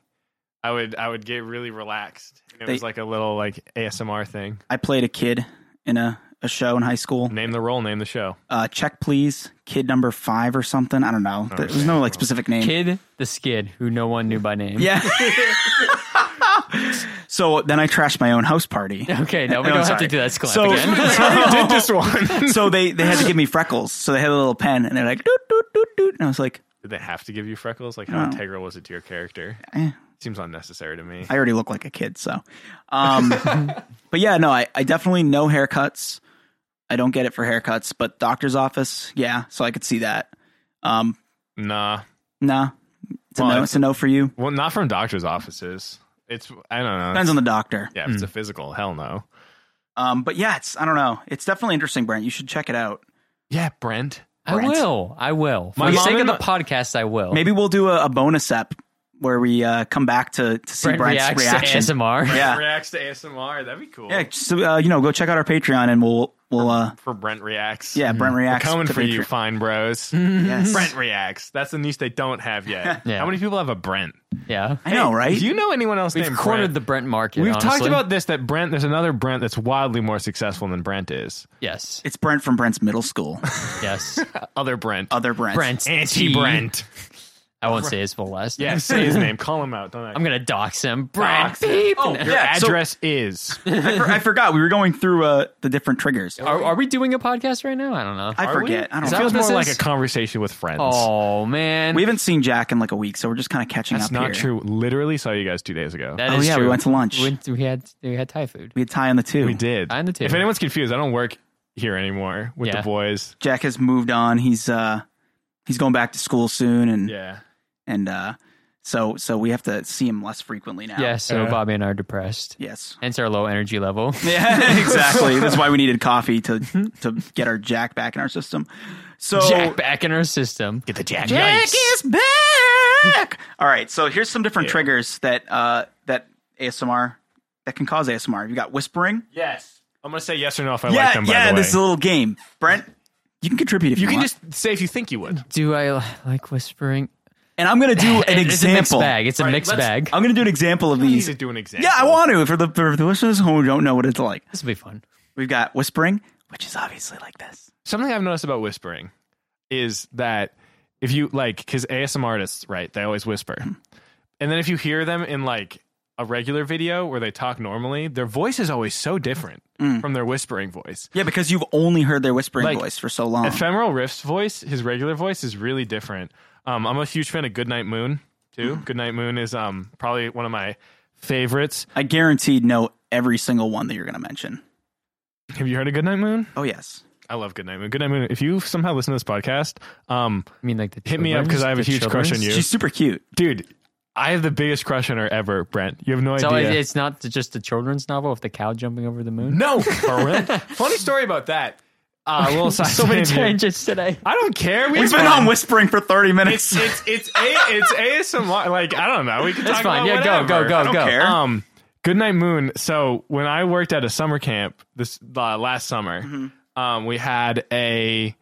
Speaker 4: I would, I would get really relaxed. And it
Speaker 3: They-
Speaker 4: was like a little like ASMR thing.
Speaker 3: I played a kid in a, a show in high school.
Speaker 4: Name the role, name the show.
Speaker 3: Uh, check please, kid number five or something. I don't know. There- There's no like specific name.
Speaker 2: Kid the Skid, who no one knew by name.
Speaker 3: Yeah. so then I trashed my own house party.
Speaker 2: Okay, no, we
Speaker 3: No,
Speaker 2: don't have
Speaker 3: sorry.
Speaker 2: to do that clap
Speaker 3: So-
Speaker 2: again.
Speaker 4: did this one? did
Speaker 3: So they they had to give me freckles. So they had a little pen, and they're like doot doot doot doot, and I was like,
Speaker 4: they have to give you freckles? Like, how
Speaker 3: No.
Speaker 4: integral was it to your character?
Speaker 3: eh,
Speaker 4: Seems unnecessary to me.
Speaker 3: I already look like a kid. So, um, but yeah, no, I, I definitely no haircuts. I don't get it for haircuts, but doctor's office, yeah. So I could see that. Um,
Speaker 4: Nah.
Speaker 3: nah, it's a
Speaker 4: Well,
Speaker 3: no. It's a no for you.
Speaker 4: Well, not from doctor's offices. It's I don't know.
Speaker 3: Depends on the Hmm. doctor.
Speaker 4: yeah, if it's a physical, hell no.
Speaker 3: Um, but yeah, it's I don't know. It's definitely interesting, Brent. You should check it out.
Speaker 4: Yeah, Brent.
Speaker 2: I
Speaker 3: Brent.
Speaker 2: will. I will. For
Speaker 4: My
Speaker 2: the
Speaker 4: mom
Speaker 2: sake of
Speaker 4: and
Speaker 2: the
Speaker 4: my-
Speaker 2: podcast, I will.
Speaker 3: Maybe we'll do a, a bonus app where we uh, come back to, to see
Speaker 2: Brent
Speaker 3: Brent's
Speaker 2: reacts
Speaker 3: reaction.
Speaker 2: to ASMR.
Speaker 3: Yeah,
Speaker 4: Reacts to ASMR. That'd be cool.
Speaker 3: yeah. Just, uh, you know, go check out our Patreon and we'll we'll uh,
Speaker 4: For Brent reacts.
Speaker 3: yeah, Brent
Speaker 4: Mm-hmm. We're
Speaker 3: reacts.
Speaker 4: coming
Speaker 3: to
Speaker 4: for you,
Speaker 3: Patreon.
Speaker 4: fine bros.
Speaker 3: Yes.
Speaker 4: Brent reacts. That's the niche they don't have yet.
Speaker 2: Yeah.
Speaker 4: How many people have a Brent?
Speaker 2: Yeah.
Speaker 3: I know, right?
Speaker 4: Do you know anyone else
Speaker 2: We've
Speaker 4: named
Speaker 2: cornered
Speaker 4: Brent?
Speaker 2: the Brent market.
Speaker 4: We've talked
Speaker 2: honestly.
Speaker 4: about this that Brent. There's another Brent that's wildly more successful than Brent is.
Speaker 2: Yes.
Speaker 3: it's Brent from Brent's middle school.
Speaker 2: Yes.
Speaker 4: Other Brent.
Speaker 3: Other Brent.
Speaker 2: Brent.
Speaker 4: Anti Brent.
Speaker 2: I I won't say his full last name.
Speaker 4: Yeah, say his name. Call him out. Don't
Speaker 2: I'm gonna dox him. Brad
Speaker 4: Dox him.
Speaker 2: Beep.
Speaker 3: Oh,
Speaker 4: Your
Speaker 3: yeah. So
Speaker 4: address is.
Speaker 3: I, for- I forgot we were going through uh, the different triggers.
Speaker 2: Are, are we doing a podcast right now? I don't know.
Speaker 3: I forget. I
Speaker 4: It
Speaker 3: don't know.
Speaker 2: that
Speaker 4: feels
Speaker 2: what
Speaker 4: more
Speaker 2: this
Speaker 4: like
Speaker 2: is?
Speaker 4: a conversation with friends.
Speaker 2: oh man,
Speaker 3: We haven't seen Jack in like a week, so we're just kind of catching
Speaker 4: That's
Speaker 3: up.
Speaker 4: not
Speaker 3: here.
Speaker 4: true. Literally saw you guys two days ago.
Speaker 2: That
Speaker 3: Oh
Speaker 2: is
Speaker 3: yeah,
Speaker 2: true.
Speaker 3: we went to lunch.
Speaker 2: We, went- we had we had Thai food.
Speaker 3: We had tie on the two.
Speaker 4: we did.
Speaker 2: I'm the two.
Speaker 4: If anyone's confused, I don't work here anymore with
Speaker 2: Yeah.
Speaker 4: the boys.
Speaker 3: Jack has moved on. He's uh he's going back to school soon, and
Speaker 4: Yeah.
Speaker 3: and uh so so we have to see him less frequently now.
Speaker 2: Yeah, so
Speaker 4: Yeah.
Speaker 2: Bobby and I are depressed.
Speaker 3: Yes.
Speaker 2: Hence our low energy level.
Speaker 3: Yeah, exactly. That's why we needed coffee to
Speaker 4: Mm-hmm.
Speaker 3: to get our Jack back in our system. So
Speaker 2: Jack back in our system.
Speaker 4: Get the jack.
Speaker 3: Jack is back. All right, so here's some different triggers that uh that ASMR that can cause ASMR. You got whispering.
Speaker 4: Yes. I'm gonna say yes or no if I
Speaker 3: yeah,
Speaker 4: like them. By
Speaker 3: yeah.
Speaker 4: the way,
Speaker 3: This is a little game, Brent. You can contribute if you,
Speaker 4: you can
Speaker 3: want.
Speaker 4: just say if you think you would.
Speaker 2: Do I li- like whispering?
Speaker 3: and I'm gonna do an
Speaker 2: It's a mixed
Speaker 3: example.
Speaker 2: bag. It's a
Speaker 4: All right,
Speaker 2: mixed
Speaker 4: let's-
Speaker 2: bag.
Speaker 3: I'm gonna do an example of
Speaker 4: You need
Speaker 3: these.
Speaker 4: to do an example.
Speaker 3: Yeah, I want to. For the, for the listeners who don't know what it's like,
Speaker 2: This will be fun.
Speaker 3: we've got whispering, which is obviously like this.
Speaker 4: Something I've noticed about whispering is that if you like, because ASM artists, right, they always whisper, and then if you hear them in like a regular video where they talk normally, their voice is always so different from their whispering voice.
Speaker 3: Yeah, because you've only heard their whispering
Speaker 4: Like,
Speaker 3: voice for so long.
Speaker 4: Ephemeral Riff's voice, his regular voice, is really different. Um, I'm a huge fan of Goodnight Moon too. Goodnight Moon is um probably one of my favorites.
Speaker 3: I guaranteed know every single one that you're gonna mention.
Speaker 4: Have you heard of Goodnight Moon?
Speaker 3: Oh yes,
Speaker 4: I love Goodnight Moon. Goodnight Moon. If you somehow listen to this podcast, um,
Speaker 2: I mean, like the
Speaker 4: Hit me up 'cause I have a
Speaker 2: children's- the
Speaker 4: huge crush on
Speaker 2: children's.
Speaker 4: you.
Speaker 3: she's super cute.
Speaker 4: dude, I have the biggest crush on her ever, Brent. You have no
Speaker 2: So
Speaker 4: idea.
Speaker 2: it- it's not just the children's novel of the cow jumping over the moon.
Speaker 4: no, Corwin. Funny story about that. Uh,
Speaker 2: Ah,
Speaker 4: a little side
Speaker 2: so many
Speaker 4: tangent.
Speaker 2: tangents today.
Speaker 4: I don't care. We
Speaker 3: We've
Speaker 4: have
Speaker 3: been
Speaker 4: fun.
Speaker 3: on whispering for 30 minutes.
Speaker 4: It's it's it's a it's ASMR. Like I don't know. We can
Speaker 2: That's
Speaker 4: talk
Speaker 2: fine. Yeah,
Speaker 4: about
Speaker 2: go, go,
Speaker 4: whatever.
Speaker 2: go,
Speaker 3: don't
Speaker 2: go.
Speaker 3: care.
Speaker 4: Um, Goodnight Moon. So when I worked at a summer camp this uh, last summer,
Speaker 2: Mm-hmm.
Speaker 4: um, we had a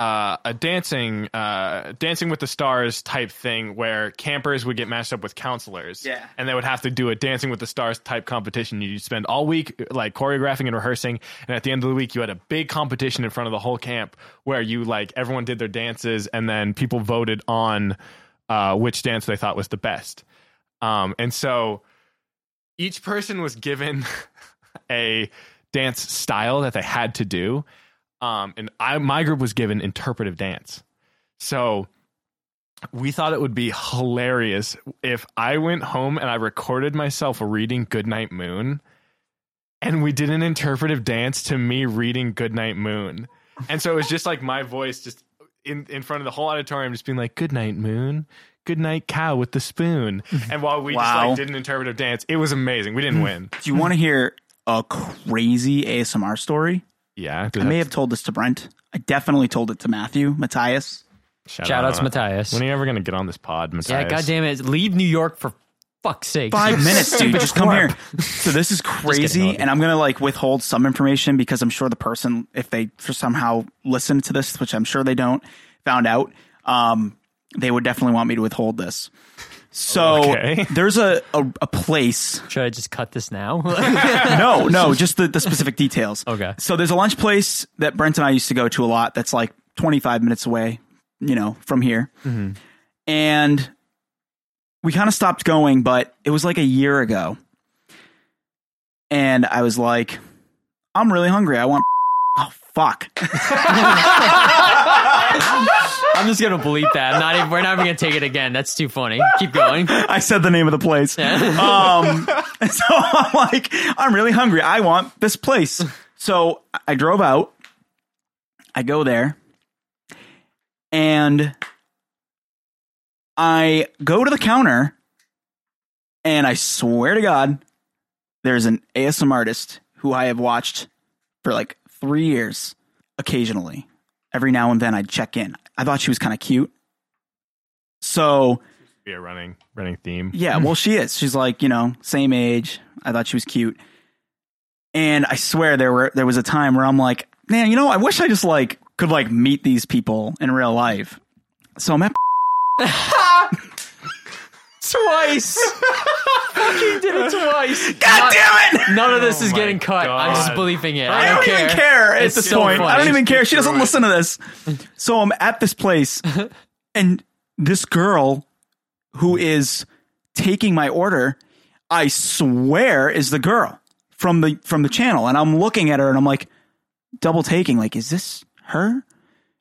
Speaker 4: uh, a dancing uh, dancing with the stars type thing where campers would get matched up with counselors,
Speaker 3: Yeah.
Speaker 4: and they would have to do a dancing with the stars type competition. You'd spend all week like choreographing and rehearsing, and at the end of the week, you had a big competition in front of the whole camp where you like everyone did their dances, and then people voted on uh, which dance they thought was the best. Um, and so each person was given a dance style that they had to do. Um, and I, my group was given interpretive dance. So we thought it would be hilarious if I went home and I recorded myself reading Goodnight Moon and we did an interpretive dance to me reading Goodnight Moon. And so it was just like my voice just in, in front of the whole auditorium just being like, Goodnight Moon, Goodnight Cow with the spoon. And while we just
Speaker 3: Wow.
Speaker 4: like did an interpretive dance, it was amazing. We didn't win.
Speaker 3: Do you want to hear a crazy ASMR story?
Speaker 4: Yeah.
Speaker 3: I may have told this to Brent. I definitely told it to Matthew, Matthias.
Speaker 2: Shout out to Matthias.
Speaker 4: When are you ever going to get on this pod, Matthias?
Speaker 2: Yeah, goddamn it. Leave New York for fuck's sake.
Speaker 3: Five minutes, dude. Just come here. So this is
Speaker 2: kidding, I love
Speaker 3: crazy,
Speaker 2: you.
Speaker 3: and I'm gonna like withhold some information because I'm sure the person, if they for somehow listened to this, which I'm sure they don't, found out, um, they would definitely want me to withhold this. So
Speaker 4: Okay.
Speaker 3: there's a, a a place
Speaker 2: Should I just cut this now?
Speaker 3: no, no, just the, the specific details.
Speaker 2: Okay.
Speaker 3: So there's a lunch place that Brent and I used to go to a lot that's like 25 minutes away, you know, from here. And we kind of stopped going, but it was like a year ago. And I was like, I'm really hungry. I want. Oh, fuck.
Speaker 2: I'm just gonna bleep that. I'm not even, we're not even gonna take it again. That's too funny. Keep going.
Speaker 3: I said the name of the place. um, so I'm like, I'm really hungry. I want this place. So I drove out. I go there, and I go to the counter, and I swear to God, there's an ASM artist who I have watched for like three years. Occasionally, every now and then, I'd check in. I thought she was kind of cute. So
Speaker 4: Be a running, running theme.
Speaker 3: yeah, well, she is. She's like you know, same age. I thought she was cute, and I swear there were there was a time where I'm like, man, you know, I wish I just like could like meet these people in real life. So I'm at
Speaker 2: Twice. Fucking did it twice.
Speaker 3: God damn it!
Speaker 2: None of this is
Speaker 4: my
Speaker 2: getting cut. I'm just
Speaker 4: God.
Speaker 2: bleeping it.
Speaker 4: I
Speaker 2: I
Speaker 3: I
Speaker 2: don't,
Speaker 3: don't
Speaker 2: care.
Speaker 3: even care at
Speaker 2: It's
Speaker 3: this
Speaker 2: so
Speaker 3: point. I
Speaker 2: funny.
Speaker 3: don't even care. She doesn't listen to this. So I'm at this place, and this girl who is taking my order, I swear is the girl from the from the channel. And I'm looking at her and I'm like double taking, like, is this her?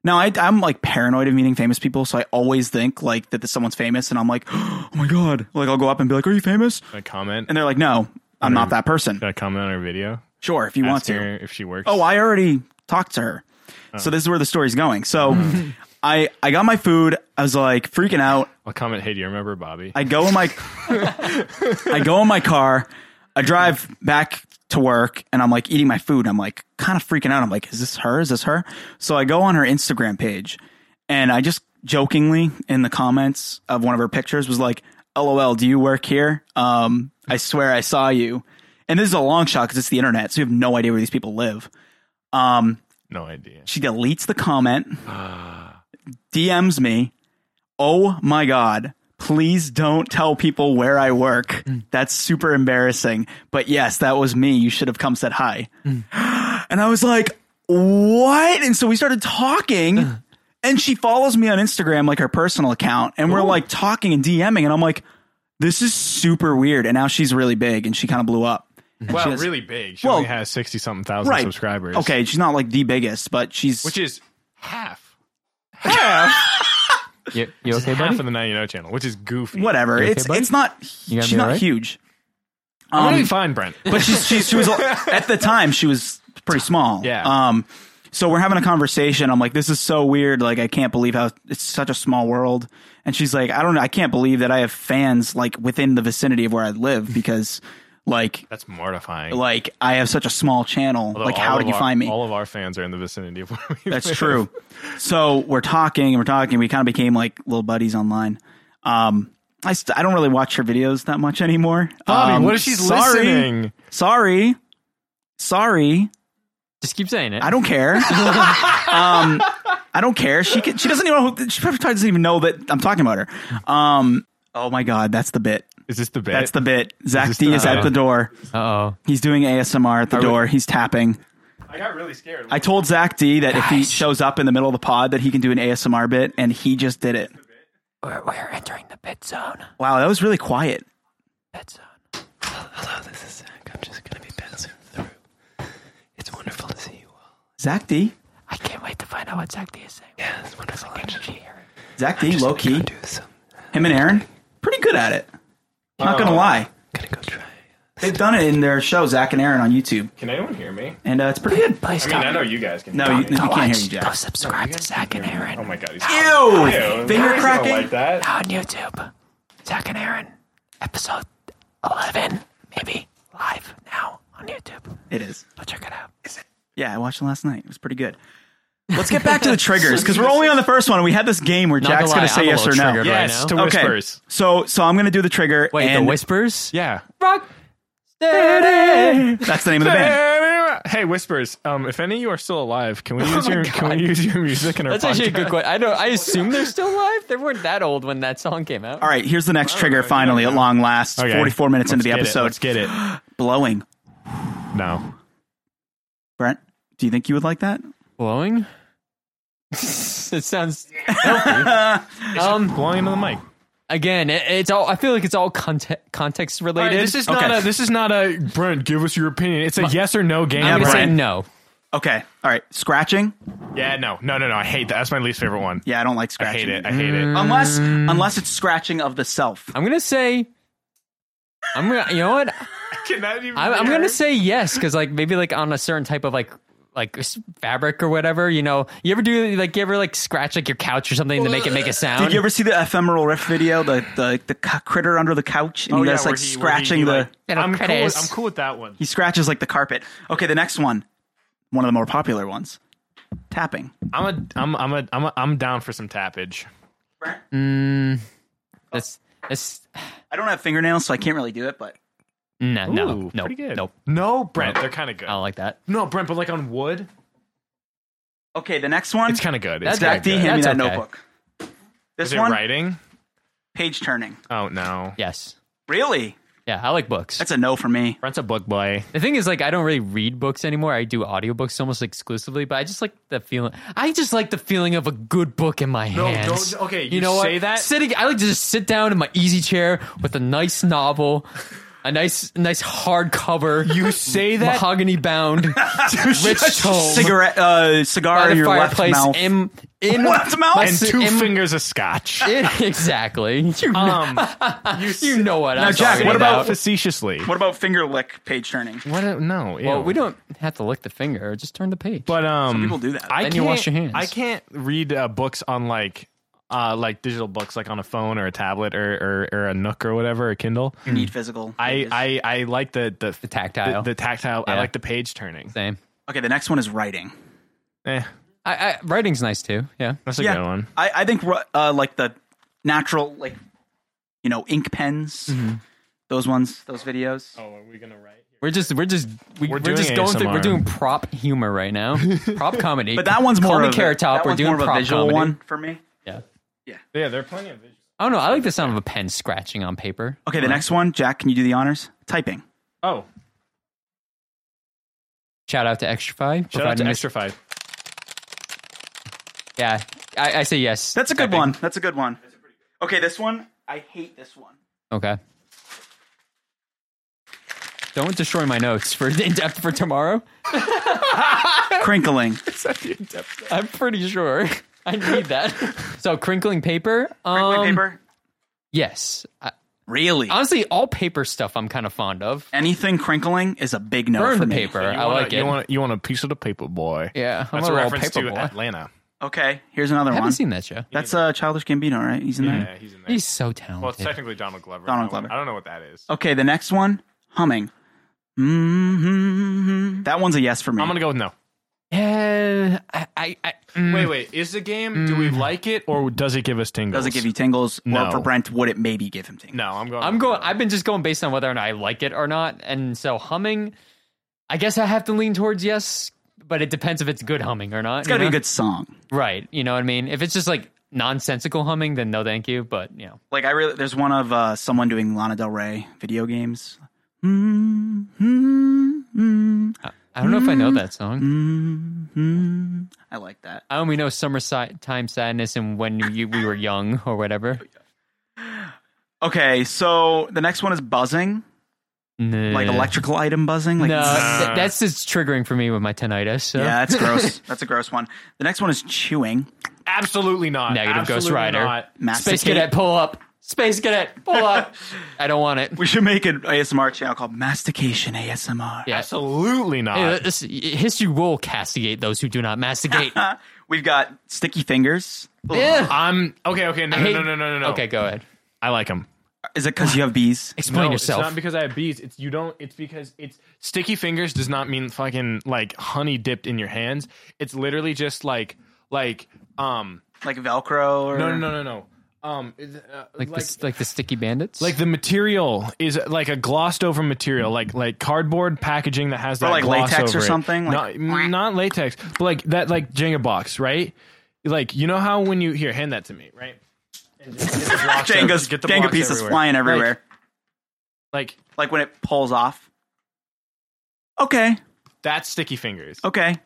Speaker 3: Now I, I'm like paranoid of meeting famous people, so I always think like that someone's famous, and I'm like, oh my god! Like I'll go up and be like, "Are you famous?"
Speaker 4: Gonna comment.
Speaker 3: And they're like, "No, I'm not that person."
Speaker 4: Gonna comment on her video.
Speaker 3: Sure, if you want
Speaker 4: Ask
Speaker 3: to.
Speaker 4: her if she works.
Speaker 3: Oh, I already talked to her. So this is where the story's going. So I I got my food. I was like freaking out.
Speaker 4: I'll comment. Hey, do you remember Bobby?
Speaker 3: I go in my I go in my car. I drive back to work and I'm like eating my food. I'm like kind of freaking out. I'm like, is this her? Is this her? So I go on her Instagram page and I just jokingly in the comments of one of her pictures was like, LOL, do you work here? Um, I swear I saw you. And this is a long shot because it's the internet, so you have no idea where these people live. Um,
Speaker 4: no idea.
Speaker 3: she deletes the comment,
Speaker 4: Ah.
Speaker 3: DMs me. Oh my God. Please don't tell people where I work.
Speaker 4: Mm.
Speaker 3: That's super embarrassing. But yes, that was me. You should have come said hi.
Speaker 4: Mm.
Speaker 3: And I was like, what? And so we started
Speaker 4: Uh.
Speaker 3: talking. And she follows me on Instagram, like her personal account. And we're like talking and DMing. And I'm like, this is super weird. And now she's really big and she kind of blew up. And she
Speaker 4: Well,
Speaker 3: has-
Speaker 4: really big. She
Speaker 3: Well,
Speaker 4: only has sixty something thousand
Speaker 3: right.
Speaker 4: subscribers.
Speaker 3: Okay, she's not like the biggest, but she's.
Speaker 4: which is half.
Speaker 2: You, you okay,
Speaker 4: half
Speaker 2: buddy?
Speaker 4: of the Now You Know channel, which is goofy.
Speaker 3: whatever.
Speaker 2: okay,
Speaker 3: it's
Speaker 2: buddy?
Speaker 3: it's not
Speaker 2: You gonna
Speaker 3: she's
Speaker 2: be
Speaker 3: not
Speaker 2: alright?
Speaker 3: huge.
Speaker 4: I'm gonna
Speaker 3: Um,
Speaker 4: be fine, Brent.
Speaker 3: but she's, she's she was at the time she was pretty small.
Speaker 4: Yeah.
Speaker 3: Um. So we're having a conversation. I'm like, this is so weird. Like, I can't believe how it's such a small world. And she's like, I don't know. I can't believe that I have fans like within the vicinity of where I live because, like,
Speaker 4: That's mortifying.
Speaker 3: like I have such a small channel.
Speaker 4: Although
Speaker 3: like,
Speaker 4: all
Speaker 3: how
Speaker 4: of
Speaker 3: did you
Speaker 4: our-
Speaker 3: find me?
Speaker 4: All of our fans are in the vicinity of where we
Speaker 3: That's
Speaker 4: live.
Speaker 3: true. So we're talking and we're talking. We kind of became like little buddies online. Um, I, st- I don't really watch her videos that much anymore.
Speaker 4: Bobby,
Speaker 3: Um,
Speaker 4: what if she's
Speaker 3: sorry,
Speaker 4: listening?
Speaker 3: Sorry. Sorry.
Speaker 2: Just keep saying it.
Speaker 3: I don't care. um, I don't care. She can, she doesn't even know. She probably doesn't even know that I'm talking about her. Um, oh my god, that's the bit.
Speaker 4: Is this the bit?
Speaker 3: That's the bit. Zach
Speaker 4: this
Speaker 3: D
Speaker 4: the
Speaker 3: is at
Speaker 4: bit?
Speaker 3: the door.
Speaker 2: Uh oh.
Speaker 3: He's doing ASMR at the door. He's tapping.
Speaker 4: I got really scared.
Speaker 3: I told Zach D that if he shows up in the middle of the pod, that he can do an ASMR bit, and he just did it.
Speaker 2: We're, we're entering the pit zone.
Speaker 3: Wow, that was really quiet.
Speaker 2: Pit zone.
Speaker 5: Hello, this is Zach. I'm just going to be passing through. It's wonderful to see you all.
Speaker 3: Zach D,
Speaker 2: I can't wait to find out what Zach D is saying.
Speaker 5: Yeah, it's wonderful. I'm just gonna
Speaker 3: Zach D, low key,
Speaker 5: go do some.
Speaker 3: him and Aaron, pretty good at it. Not
Speaker 4: Uh,
Speaker 3: gonna lie,
Speaker 5: gonna go try.
Speaker 3: they've done it in their show, Zach and Aaron on YouTube,
Speaker 4: Can anyone hear me?
Speaker 3: and uh, it's pretty good.
Speaker 2: Please
Speaker 4: I mean, I know you guys can.
Speaker 3: No,
Speaker 4: hear
Speaker 3: you,
Speaker 4: me.
Speaker 3: you can't hear you,
Speaker 2: Go
Speaker 3: Jack.
Speaker 2: subscribe to Zach and Aaron
Speaker 4: Oh my god. He's
Speaker 3: Ew, finger cracking.
Speaker 4: Like that.
Speaker 2: on YouTube. Zach and Aaron, episode 11, maybe live now on YouTube.
Speaker 3: It is.
Speaker 2: Go check it out.
Speaker 3: Yeah, I watched it last night. It was pretty good. Let's get back to the triggers because we're only on the first one. and We had this game where
Speaker 2: gonna
Speaker 3: Jack's gonna
Speaker 2: lie,
Speaker 3: say
Speaker 2: I'm a
Speaker 3: yes or
Speaker 2: little
Speaker 3: no.
Speaker 2: triggered. right
Speaker 4: Yes,
Speaker 2: now.
Speaker 4: to
Speaker 3: Okay.
Speaker 4: whispers.
Speaker 3: So, so I'm gonna do the trigger.
Speaker 2: Wait,
Speaker 3: and
Speaker 2: the whispers?
Speaker 4: Yeah.
Speaker 2: Rock.
Speaker 3: That's the name of the band. Oh
Speaker 4: Hey, whispers. Um, if any of you are still alive, can we use your can we use your music in our
Speaker 2: That's
Speaker 4: podcast?
Speaker 2: actually a good question. I know. I assume they're still alive. They weren't that old when that song came out.
Speaker 3: All right, here's the next trigger. Finally, at long last,
Speaker 4: Okay.
Speaker 3: 44 minutes into the
Speaker 4: Get it,
Speaker 3: episode.
Speaker 4: Let's get it.
Speaker 3: Blowing.
Speaker 4: No.
Speaker 3: Brent, do you think you would like that?
Speaker 2: Blowing. it sounds. um.
Speaker 4: Blowing into the mic.
Speaker 2: Again, it, it's all. I feel like it's all context context related.
Speaker 4: this is
Speaker 3: Okay.
Speaker 4: not a this is not a Brent. Give us your opinion. It's a yes or no game.
Speaker 2: I'm gonna say
Speaker 3: Brian.
Speaker 2: no.
Speaker 3: Okay. All right. Scratching.
Speaker 4: Yeah, no, no, no, no. I hate that. That's my least favorite one.
Speaker 3: Yeah, Mm. I don't like
Speaker 4: I
Speaker 3: scratching.
Speaker 4: hate it. I hate it.
Speaker 3: Unless unless it's scratching of the self.
Speaker 2: I'm gonna say. I'm gonna. You know what?
Speaker 4: Can that even
Speaker 2: I'm,
Speaker 4: be
Speaker 2: I'm gonna
Speaker 4: heard?
Speaker 2: say yes because like maybe like on a certain type of like like s- fabric or whatever. You know, you ever do like you ever like scratch like your couch or something to make
Speaker 4: uh,
Speaker 2: it make a sound?
Speaker 3: Did you ever see the ephemeral riff video, the the, the c- critter under the couch, and
Speaker 4: Oh,
Speaker 3: he
Speaker 4: yeah,
Speaker 3: does
Speaker 4: where
Speaker 3: like
Speaker 4: he- where
Speaker 3: scratching
Speaker 4: he, he,
Speaker 3: the
Speaker 4: like-
Speaker 2: Little
Speaker 4: I'm cool,
Speaker 2: critters.
Speaker 4: with, I'm cool with that one.
Speaker 3: he scratches like the carpet. Okay, the next one, one of the more popular ones, tapping.
Speaker 4: I'm a I'm I'm a I'm a, I'm down for some tappage.
Speaker 2: That's that's
Speaker 3: I don't have fingernails, so I can't really do it, but
Speaker 2: no
Speaker 4: Ooh,
Speaker 2: no no
Speaker 4: pretty good.
Speaker 2: nope.
Speaker 4: No, Brent, they're kind of good.
Speaker 2: I don't like that.
Speaker 4: No, Brent, but like on wood,
Speaker 3: okay. The next one,
Speaker 4: it's kind of good.
Speaker 2: That's
Speaker 4: It's kinda
Speaker 3: Zach D,
Speaker 4: good.
Speaker 3: hand me
Speaker 2: That's
Speaker 3: that
Speaker 2: okay.
Speaker 3: notebook. This
Speaker 4: Is it
Speaker 3: one,
Speaker 4: writing?
Speaker 3: page turning.
Speaker 4: Oh no.
Speaker 2: Yes.
Speaker 3: Really?
Speaker 2: Yeah, I like books.
Speaker 3: That's a no for me.
Speaker 4: Brent's a book boy.
Speaker 2: the thing is, like, I don't really read books anymore. I do audiobooks almost exclusively, but I just like the feeling. I just like the feeling of a good book in my hands.
Speaker 4: don't- okay, you say that?
Speaker 2: Sitting, I like to just sit down in my easy chair with a nice novel, a nice, nice hardcover.
Speaker 4: You say that
Speaker 2: mahogany bound, rich tome,
Speaker 3: Cigarette, uh,
Speaker 2: Oh, by
Speaker 3: cigar
Speaker 2: the
Speaker 3: in your left
Speaker 2: fireplace,
Speaker 3: mouth.
Speaker 2: in in
Speaker 3: Left mouth?
Speaker 2: my
Speaker 4: and
Speaker 2: su-
Speaker 4: two
Speaker 2: in-
Speaker 4: fingers of scotch.
Speaker 2: in- exactly. You,
Speaker 4: Um,
Speaker 2: you know what? I'm
Speaker 3: Jack,
Speaker 2: talking
Speaker 4: what about
Speaker 2: about?
Speaker 4: facetiously?
Speaker 3: what about finger lick page turning?
Speaker 4: What? a- No,
Speaker 2: Well,
Speaker 4: ew.
Speaker 2: we don't have to lick the finger; just turn the page.
Speaker 4: But um,
Speaker 3: Some people do that.
Speaker 4: I
Speaker 2: Then
Speaker 4: can't,
Speaker 2: you wash your hands.
Speaker 4: I can't read uh, books on like, uh, like digital books, like on a phone or a tablet or or, or a Nook or whatever, a Kindle.
Speaker 3: You need physical.
Speaker 4: I,
Speaker 3: pages.
Speaker 4: I I like the the, the
Speaker 2: tactile.
Speaker 4: The, tactile. I
Speaker 2: Yeah.
Speaker 4: like the page turning.
Speaker 2: Same.
Speaker 3: okay, the next one is writing.
Speaker 4: Eh,
Speaker 2: I, I, writing's nice too. Yeah.
Speaker 4: that's a good one.
Speaker 3: I, I think ru- uh, like the natural, like you know, ink pens,
Speaker 2: Mm-hmm.
Speaker 3: those ones, those videos.
Speaker 4: Oh, are we gonna write?
Speaker 2: We're just we're just we, we're,
Speaker 4: doing
Speaker 2: just going through
Speaker 4: ASMR.
Speaker 2: we're doing prop humor right now. prop comedy.
Speaker 3: But that one's
Speaker 2: Call
Speaker 3: more
Speaker 2: me
Speaker 3: of a-
Speaker 2: carrot top.
Speaker 3: that
Speaker 2: We're
Speaker 3: one's
Speaker 2: doing
Speaker 3: more of a
Speaker 2: prop
Speaker 3: visual
Speaker 2: comedy.
Speaker 3: one for me.
Speaker 2: Yeah.
Speaker 4: Yeah, there are plenty of visuals.
Speaker 2: I don't know. I like the sound of a pen scratching on paper.
Speaker 3: Okay, the next one, Jack. Can you do the honors? Typing.
Speaker 4: Oh,
Speaker 2: Shout out to Extrify.
Speaker 4: shout out to
Speaker 2: providing this-
Speaker 4: Extra Five.
Speaker 2: Yeah. I, I say yes.
Speaker 3: That's a good
Speaker 2: Typing.
Speaker 3: one. That's a good one. Okay, this one. I hate this one.
Speaker 2: Okay. Don't destroy my notes for in depth for tomorrow.
Speaker 3: Crinkling.
Speaker 2: I'm pretty sure I need that. so crinkling paper. Um,
Speaker 3: Crinkling paper.
Speaker 2: Yes. I,
Speaker 3: Really?
Speaker 2: honestly, all paper stuff I'm kind of fond of.
Speaker 3: Anything crinkling is a big no
Speaker 2: Burn
Speaker 3: for
Speaker 2: the
Speaker 3: me.
Speaker 2: paper.
Speaker 4: You
Speaker 2: I
Speaker 4: want
Speaker 2: like
Speaker 4: a,
Speaker 2: it.
Speaker 4: You want you want a piece of the paper boy.
Speaker 2: yeah, I'm
Speaker 4: that's
Speaker 2: a
Speaker 4: a
Speaker 2: real
Speaker 4: reference
Speaker 2: paper
Speaker 4: to
Speaker 2: boy.
Speaker 4: Atlanta.
Speaker 3: Okay, here's another
Speaker 2: I haven't
Speaker 3: one.
Speaker 2: seen that show.
Speaker 3: That's uh, Childish Gambino, right? He's in there.
Speaker 4: Yeah, he's in there.
Speaker 2: He's so
Speaker 4: well, it's
Speaker 2: talented.
Speaker 4: technically Donald Glover.
Speaker 3: Donald
Speaker 4: I don't-
Speaker 3: Glover. Oh.
Speaker 4: I don't know what that is.
Speaker 3: Okay, the next one, humming. Mm-hmm. That one's a yes for me.
Speaker 4: I'm gonna go with no.
Speaker 2: yeah, I, I, I mm,
Speaker 4: Wait, wait. Is the game? Do we like it or does it give us tingles?
Speaker 3: Mm. Does it give you tingles?
Speaker 4: No.
Speaker 3: Or for Brent, would it maybe give him tingles?
Speaker 4: No, I'm going.
Speaker 2: I'm going. I've been just going based on whether or not I like it or not, and so humming. I guess I have to lean towards yes, but it depends if it's good humming or not.
Speaker 3: It's got to be a good song.
Speaker 2: right? You know what I mean? If it's just like nonsensical humming, then no, thank you. But you know,
Speaker 3: Like I really, there's one of uh, someone doing Lana Del Rey video games. Mm-hmm.
Speaker 2: I don't know if I
Speaker 3: Mm.
Speaker 2: know that song.
Speaker 3: I like that.
Speaker 2: I only know "Summer Si- Time Sadness" and "When you, We Were Young" or whatever.
Speaker 3: Okay, so the next one is buzzing, like
Speaker 2: Nah.
Speaker 3: electrical item buzzing. Like
Speaker 2: No, th- that's just triggering for me with my tinnitus. So.
Speaker 3: yeah, that's gross. that's a gross one. The next one is chewing.
Speaker 4: Absolutely not.
Speaker 2: Negative Ghost
Speaker 4: Absolutely
Speaker 2: Rider.
Speaker 4: not.
Speaker 3: Masticate.
Speaker 2: Space Cadet, pull up. Space Cadet, pull up. I don't want it.
Speaker 3: We should make an ASMR channel called Mastication ASMR.
Speaker 2: Yeah.
Speaker 4: Absolutely not.
Speaker 2: Hey, this- history will castigate those who do not masticate.
Speaker 3: We've got sticky fingers.
Speaker 2: Ugh.
Speaker 4: I'm okay. Okay. No.
Speaker 2: I
Speaker 4: No,
Speaker 2: hate-
Speaker 4: no. No. No. No. No.
Speaker 2: Okay, go ahead.
Speaker 4: I like him.
Speaker 3: Is it because you have bees?
Speaker 2: Explain
Speaker 4: no,
Speaker 2: yourself.
Speaker 4: It's not because I have bees. It's you don't. It's because it's sticky fingers does not mean fucking like honey dipped in your hands. It's literally just like like um
Speaker 3: Like Velcro or
Speaker 4: no no no no no um is, uh,
Speaker 2: like, the, s- like the Sticky Bandits?
Speaker 4: Like the material is like a glossed over material, like like cardboard packaging that has that
Speaker 3: like
Speaker 4: gloss
Speaker 3: latex
Speaker 4: over
Speaker 3: or
Speaker 4: it.
Speaker 3: something? Like-
Speaker 4: not, mm, not latex, but like that like Jenga box, right? Like you know how when you here hand that to me, right? And just get the blocks
Speaker 3: Jenga's
Speaker 4: out, get the
Speaker 3: Jenga
Speaker 4: blocks
Speaker 3: pieces
Speaker 4: everywhere.
Speaker 3: flying everywhere.
Speaker 4: Like, like
Speaker 3: like when it pulls off. Okay,
Speaker 4: that's sticky fingers.
Speaker 3: okay.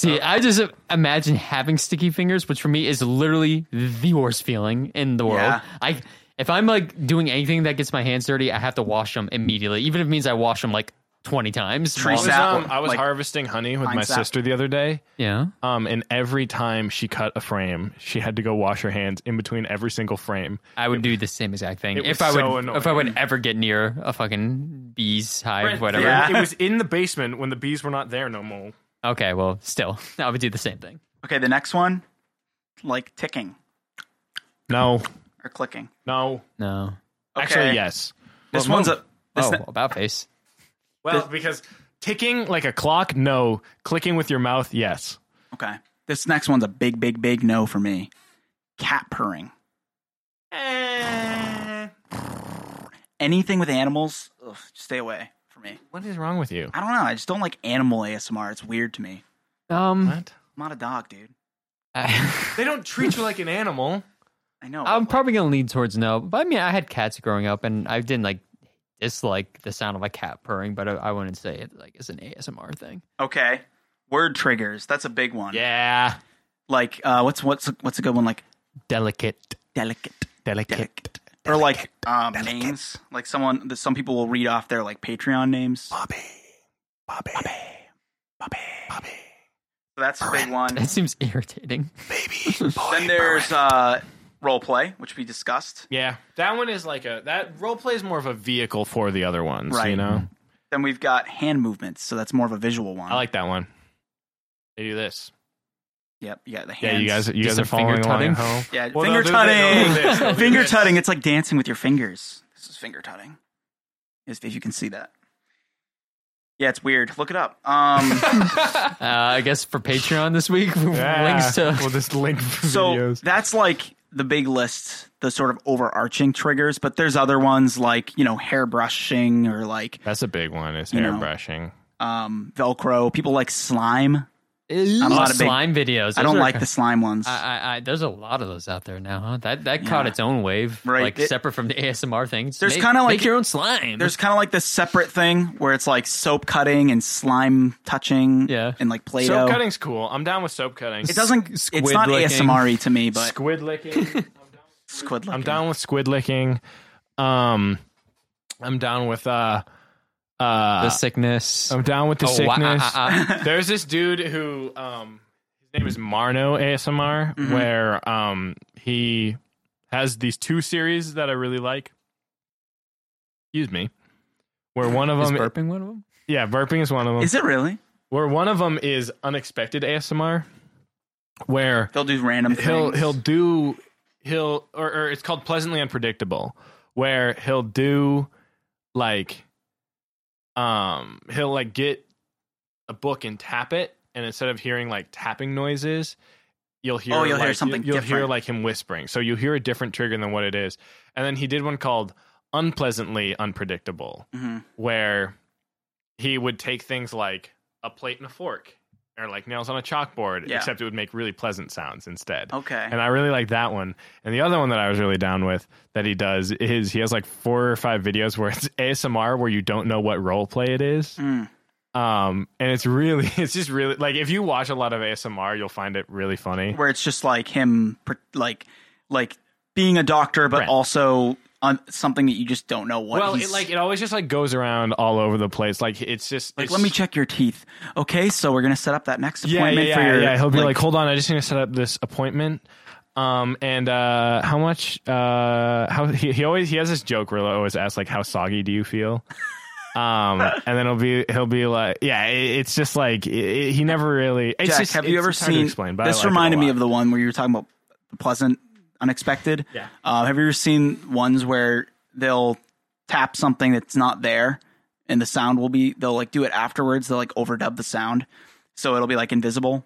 Speaker 2: See, I just imagine having sticky fingers, which for me is literally the worst feeling in the world.
Speaker 3: Yeah.
Speaker 2: I if I'm like doing anything that gets my hands dirty, I have to wash them immediately, even if it means I wash them like twenty times.
Speaker 3: Tree
Speaker 4: I was,
Speaker 3: sap
Speaker 4: um,
Speaker 3: or,
Speaker 4: I was
Speaker 3: like,
Speaker 4: harvesting honey with
Speaker 3: pine
Speaker 4: my
Speaker 3: sap.
Speaker 4: sister the other day,
Speaker 2: Yeah.
Speaker 4: um, and every time she cut a frame, she had to go wash her hands in between every single frame.
Speaker 2: I would do the same exact thing
Speaker 4: it
Speaker 2: if
Speaker 4: was
Speaker 2: I would
Speaker 4: so
Speaker 2: if I
Speaker 4: annoying.
Speaker 2: would ever get near a fucking bees hive, whatever.
Speaker 3: Yeah.
Speaker 4: It was in the basement when the bees were not there no more.
Speaker 2: Okay, well, still, I would do the same thing.
Speaker 3: Okay, the next one, like ticking
Speaker 4: No,
Speaker 3: or clicking.
Speaker 4: no.
Speaker 2: No.
Speaker 3: Okay.
Speaker 4: Actually, yes.
Speaker 3: This
Speaker 4: Well,
Speaker 3: one's
Speaker 4: no.
Speaker 3: a. This
Speaker 2: oh,
Speaker 3: ne-
Speaker 2: about face.
Speaker 4: Well, because ticking like a clock, no. Clicking with your mouth, yes.
Speaker 3: okay. This next one's a big, big, big no for me. Cat purring. Anything with animals, ugh, stay away for me.
Speaker 4: What is wrong with you?
Speaker 3: I don't know. I just don't like animal ASMR. It's weird to me.
Speaker 2: Um,
Speaker 4: What?
Speaker 3: I'm not a dog, dude.
Speaker 2: I,
Speaker 4: They don't treat you like an animal.
Speaker 3: I know.
Speaker 2: am
Speaker 3: but, like,
Speaker 5: Um,
Speaker 2: probably gonna lean towards no, but I mean, I had cats growing up, and I didn't like dislike the sound of a cat purring, but I, I wouldn't say it like it's an ASMR thing.
Speaker 3: Okay. Word triggers. That's a big one.
Speaker 4: Yeah.
Speaker 3: Like uh, what's what's what's a good one? Like
Speaker 2: Delicate.
Speaker 3: delicate,
Speaker 4: Delicate.
Speaker 3: or like um, names. Like someone, that some people will read off their like Patreon names.
Speaker 5: Bobby. Bobby. Bobby. Bobby. Bobby.
Speaker 3: So that's a big one.
Speaker 2: That seems irritating.
Speaker 5: Baby. Boy,
Speaker 3: Then there's uh, role play, which we discussed.
Speaker 4: Yeah. That one is like a that role play is more of a vehicle for the other ones.
Speaker 3: Right.
Speaker 4: You know?
Speaker 3: Then we've got hand movements, so that's more of a visual one.
Speaker 4: I like that one. They do this.
Speaker 3: Yep, you got the
Speaker 4: Yeah,
Speaker 3: hands.
Speaker 4: you guys you
Speaker 2: Just
Speaker 4: guys are
Speaker 2: a finger
Speaker 4: following along
Speaker 2: tutting.
Speaker 4: at home.
Speaker 3: Yeah,
Speaker 4: Well,
Speaker 3: finger
Speaker 4: they'll do that- they'll do this, they'll
Speaker 3: tutting.
Speaker 4: do
Speaker 3: finger
Speaker 4: this.
Speaker 3: tutting. It's like dancing with your fingers. This is finger tutting. If, if you can see that. Yeah, it's weird. Look it up. Um,
Speaker 2: Uh, I guess for Patreon this week, links to
Speaker 4: we'll just link
Speaker 3: so
Speaker 4: videos.
Speaker 3: that's like the big list, the sort of overarching triggers. But there's other ones like you know hair brushing or like
Speaker 4: That's a big one. Is
Speaker 3: You know.
Speaker 4: hairbrushing.
Speaker 3: um, Velcro. People like slime.
Speaker 2: a
Speaker 3: I'm not
Speaker 2: lot
Speaker 3: a
Speaker 2: of
Speaker 3: big.
Speaker 2: slime videos.
Speaker 3: I
Speaker 2: Those
Speaker 3: don't
Speaker 2: are-
Speaker 3: like the slime ones.
Speaker 2: I, I, I, there's a lot of those out there now, huh? That that caught
Speaker 3: Yeah.
Speaker 2: its own wave,
Speaker 3: Right.
Speaker 2: Like
Speaker 3: It-
Speaker 2: separate from the ASMR things.
Speaker 3: There's
Speaker 2: Make-
Speaker 3: kinda like-
Speaker 2: make your own slime.
Speaker 3: There's kind of like this separate thing where it's like soap cutting and slime touching.
Speaker 2: Yeah.
Speaker 3: and like Play-Doh.
Speaker 4: Soap cutting's cool. I'm down with soap cutting.
Speaker 3: It doesn't.
Speaker 2: squid
Speaker 3: it's not
Speaker 2: licking.
Speaker 3: ASMR E to me, but
Speaker 4: squid licking.
Speaker 3: squid.
Speaker 4: I'm
Speaker 3: licking.
Speaker 4: down with squid licking. Um, I'm down with uh, uh,
Speaker 2: the sickness.
Speaker 4: I'm down with the
Speaker 2: Oh, wha-
Speaker 4: sickness.
Speaker 2: ah, ah,
Speaker 4: There's this dude who um his name is Marno ASMR
Speaker 2: Mm-hmm.
Speaker 4: where um he has these two series that I really like. Excuse me. Where one of
Speaker 2: ah. Is
Speaker 3: Um,
Speaker 4: them
Speaker 2: burping one of them?
Speaker 4: yeah, burping is one of them.
Speaker 3: Is it really?
Speaker 4: where one of them is unexpected ASMR where
Speaker 3: They'll do random.
Speaker 4: he'll
Speaker 3: things.
Speaker 4: he'll do he'll or, or it's called pleasantly unpredictable where he'll do like um he'll like get a book and tap it and instead of hearing like tapping noises you'll hear
Speaker 3: Oh, you'll
Speaker 4: like,
Speaker 3: hear something
Speaker 4: you'll hear
Speaker 3: different.
Speaker 4: like him whispering so you hear a different trigger than what it is and then he did one called unpleasantly unpredictable
Speaker 3: Mhm.
Speaker 4: where he would take things like a plate and a fork or like nails on a chalkboard
Speaker 3: Yeah.
Speaker 4: except it would make really pleasant sounds instead
Speaker 3: Okay.
Speaker 4: and I really like that one. And the other one that I was really down with that he does is he has like four or five videos where it's ASMR where you don't know what role play it is.
Speaker 3: Mm.
Speaker 4: Um, and it's really, it's just really like if you watch a lot of ASMR, you'll find it really funny.
Speaker 3: Where it's just like him, pr- like like being a doctor, but
Speaker 4: Right.
Speaker 3: also on something that you just don't know what.
Speaker 4: Well,
Speaker 3: he's,
Speaker 4: it like it always just like goes around all over the place. Like it's just
Speaker 3: Like,
Speaker 4: it's-
Speaker 3: let me check your teeth. Okay, so we're gonna set up that next
Speaker 4: Yeah, yeah,
Speaker 3: appointment
Speaker 4: yeah,
Speaker 3: for your.
Speaker 4: yeah. He'll be like, hold on, I just need to set up this appointment. Um, and uh, how much? Uh, how he, he always he has this joke where he always asks like, how soggy do you feel? Um, and then he'll be he'll be like, yeah, it, it's just like it, it- he never really. It's
Speaker 3: Jack,
Speaker 4: just,
Speaker 3: have you
Speaker 4: it's-
Speaker 3: ever
Speaker 4: it's hard to
Speaker 3: seen?
Speaker 4: explain, but I
Speaker 3: this
Speaker 4: like it a
Speaker 3: reminded me
Speaker 4: lot.
Speaker 3: of the one where you were talking about the pleasant, unexpected.
Speaker 4: Yeah.
Speaker 3: Uh, have you ever seen ones where they'll tap something that's not there, and the sound will be? They'll like do it afterwards. They'll like overdub the sound, so it'll be like invisible.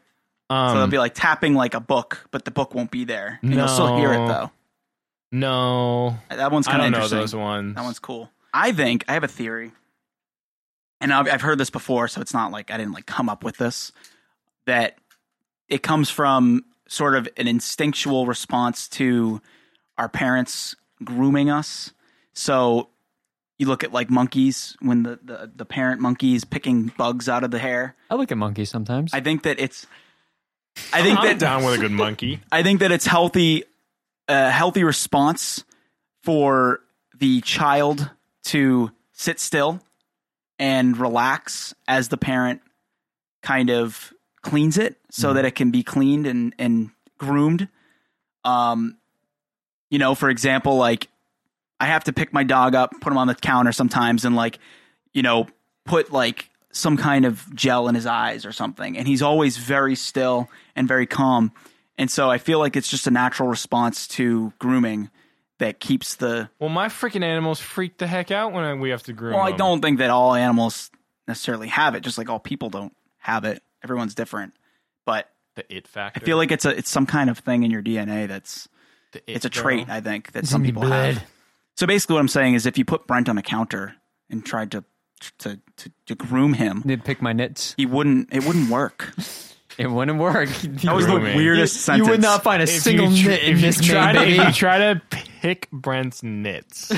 Speaker 4: Um,
Speaker 3: So they'll be like tapping like a book, but the book won't be there. And You'll still hear it
Speaker 4: No.
Speaker 3: though.
Speaker 4: no,
Speaker 3: That one's
Speaker 4: I
Speaker 3: kind of
Speaker 4: don't know
Speaker 3: interesting.
Speaker 4: those ones.
Speaker 3: That one's cool. I think I have a theory, and I've, I've heard this before, so it's not like I didn't like come up with this. That it comes from sort of an instinctual response to our parents grooming us. So you look at like monkeys when the the, the parent monkey is picking bugs out of the hair.
Speaker 2: I look at monkeys sometimes.
Speaker 3: I think that it's. I think
Speaker 4: I'm
Speaker 3: that
Speaker 4: down with a good monkey.
Speaker 3: I think that it's healthy, a healthy response for the child to sit still and relax as the parent kind of cleans it so that it can be cleaned and, and groomed. Um, you know, for example, like I have to pick my dog up, put him on the counter sometimes, and like, you know, put like some kind of gel in his eyes or something. And he's always very still and very calm. And so I feel like it's just a natural response to grooming that keeps the.
Speaker 4: Well, my freaking animals freak the heck out when I, we have to groom. um,
Speaker 3: Well, I
Speaker 4: them.
Speaker 3: don't think that all animals necessarily have it, just like all people don't have it. Everyone's different. But
Speaker 4: the it factor.
Speaker 3: I feel like it's a it's some kind of thing in your DNA that's
Speaker 4: The it
Speaker 3: it's a
Speaker 4: girl.
Speaker 3: trait I think that
Speaker 2: It's
Speaker 3: some
Speaker 2: in me
Speaker 3: people
Speaker 2: blood.
Speaker 3: have. So basically, what I'm saying is, if you put Brent on a counter and tried to to to, to groom him,
Speaker 2: Did pick my nits.
Speaker 3: he wouldn't. It wouldn't work.
Speaker 2: It wouldn't work.
Speaker 3: That was the
Speaker 4: Grooming.
Speaker 3: weirdest
Speaker 2: you,
Speaker 3: sentence.
Speaker 2: You would not find a
Speaker 4: If
Speaker 2: single
Speaker 4: you tr-
Speaker 2: nit in
Speaker 4: if you
Speaker 2: this
Speaker 4: try
Speaker 2: man,
Speaker 4: to, if
Speaker 2: baby.
Speaker 4: you try to Hick Brent's knits.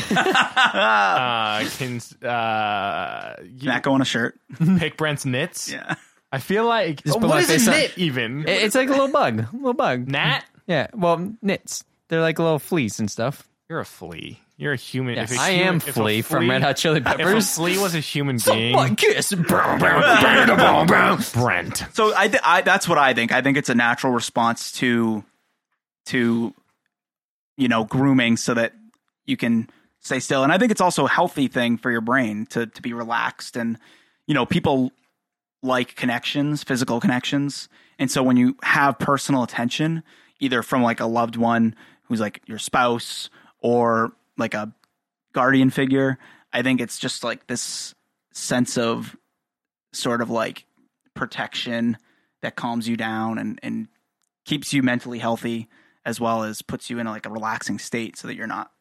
Speaker 4: uh, can uh, you-
Speaker 3: Not going a shirt.
Speaker 4: Hick Brent's knits.
Speaker 3: Yeah.
Speaker 4: I feel like Oh,
Speaker 2: put my
Speaker 4: what is
Speaker 2: face
Speaker 4: a
Speaker 2: on.
Speaker 4: knit even?
Speaker 2: It- It's like a little bug, a little bug.
Speaker 4: Nat,
Speaker 2: Yeah, well, knits. They're like little fleas and stuff.
Speaker 4: you're a flea. You're a human.
Speaker 2: Yeah,
Speaker 4: If a
Speaker 2: I
Speaker 4: human-
Speaker 2: am
Speaker 4: if a
Speaker 2: flea from Red Hot Chili
Speaker 4: If a
Speaker 2: Peppers.
Speaker 4: flea was a human being,
Speaker 2: What kiss? Brow, brow, brow, brow, brow.
Speaker 4: Brent.
Speaker 3: So I, th- I that's what I think. I think it's a natural response to to you know grooming so that you can stay still. And I think it's also a healthy thing for your brain to to be relaxed and you know people like connections, physical connections. And so when you have personal attention either from like a loved one who's like your spouse or like a guardian figure, I think it's just like this sense of sort of like protection that calms you down and, and keeps you mentally healthy as well as puts you in like a relaxing state so that you're not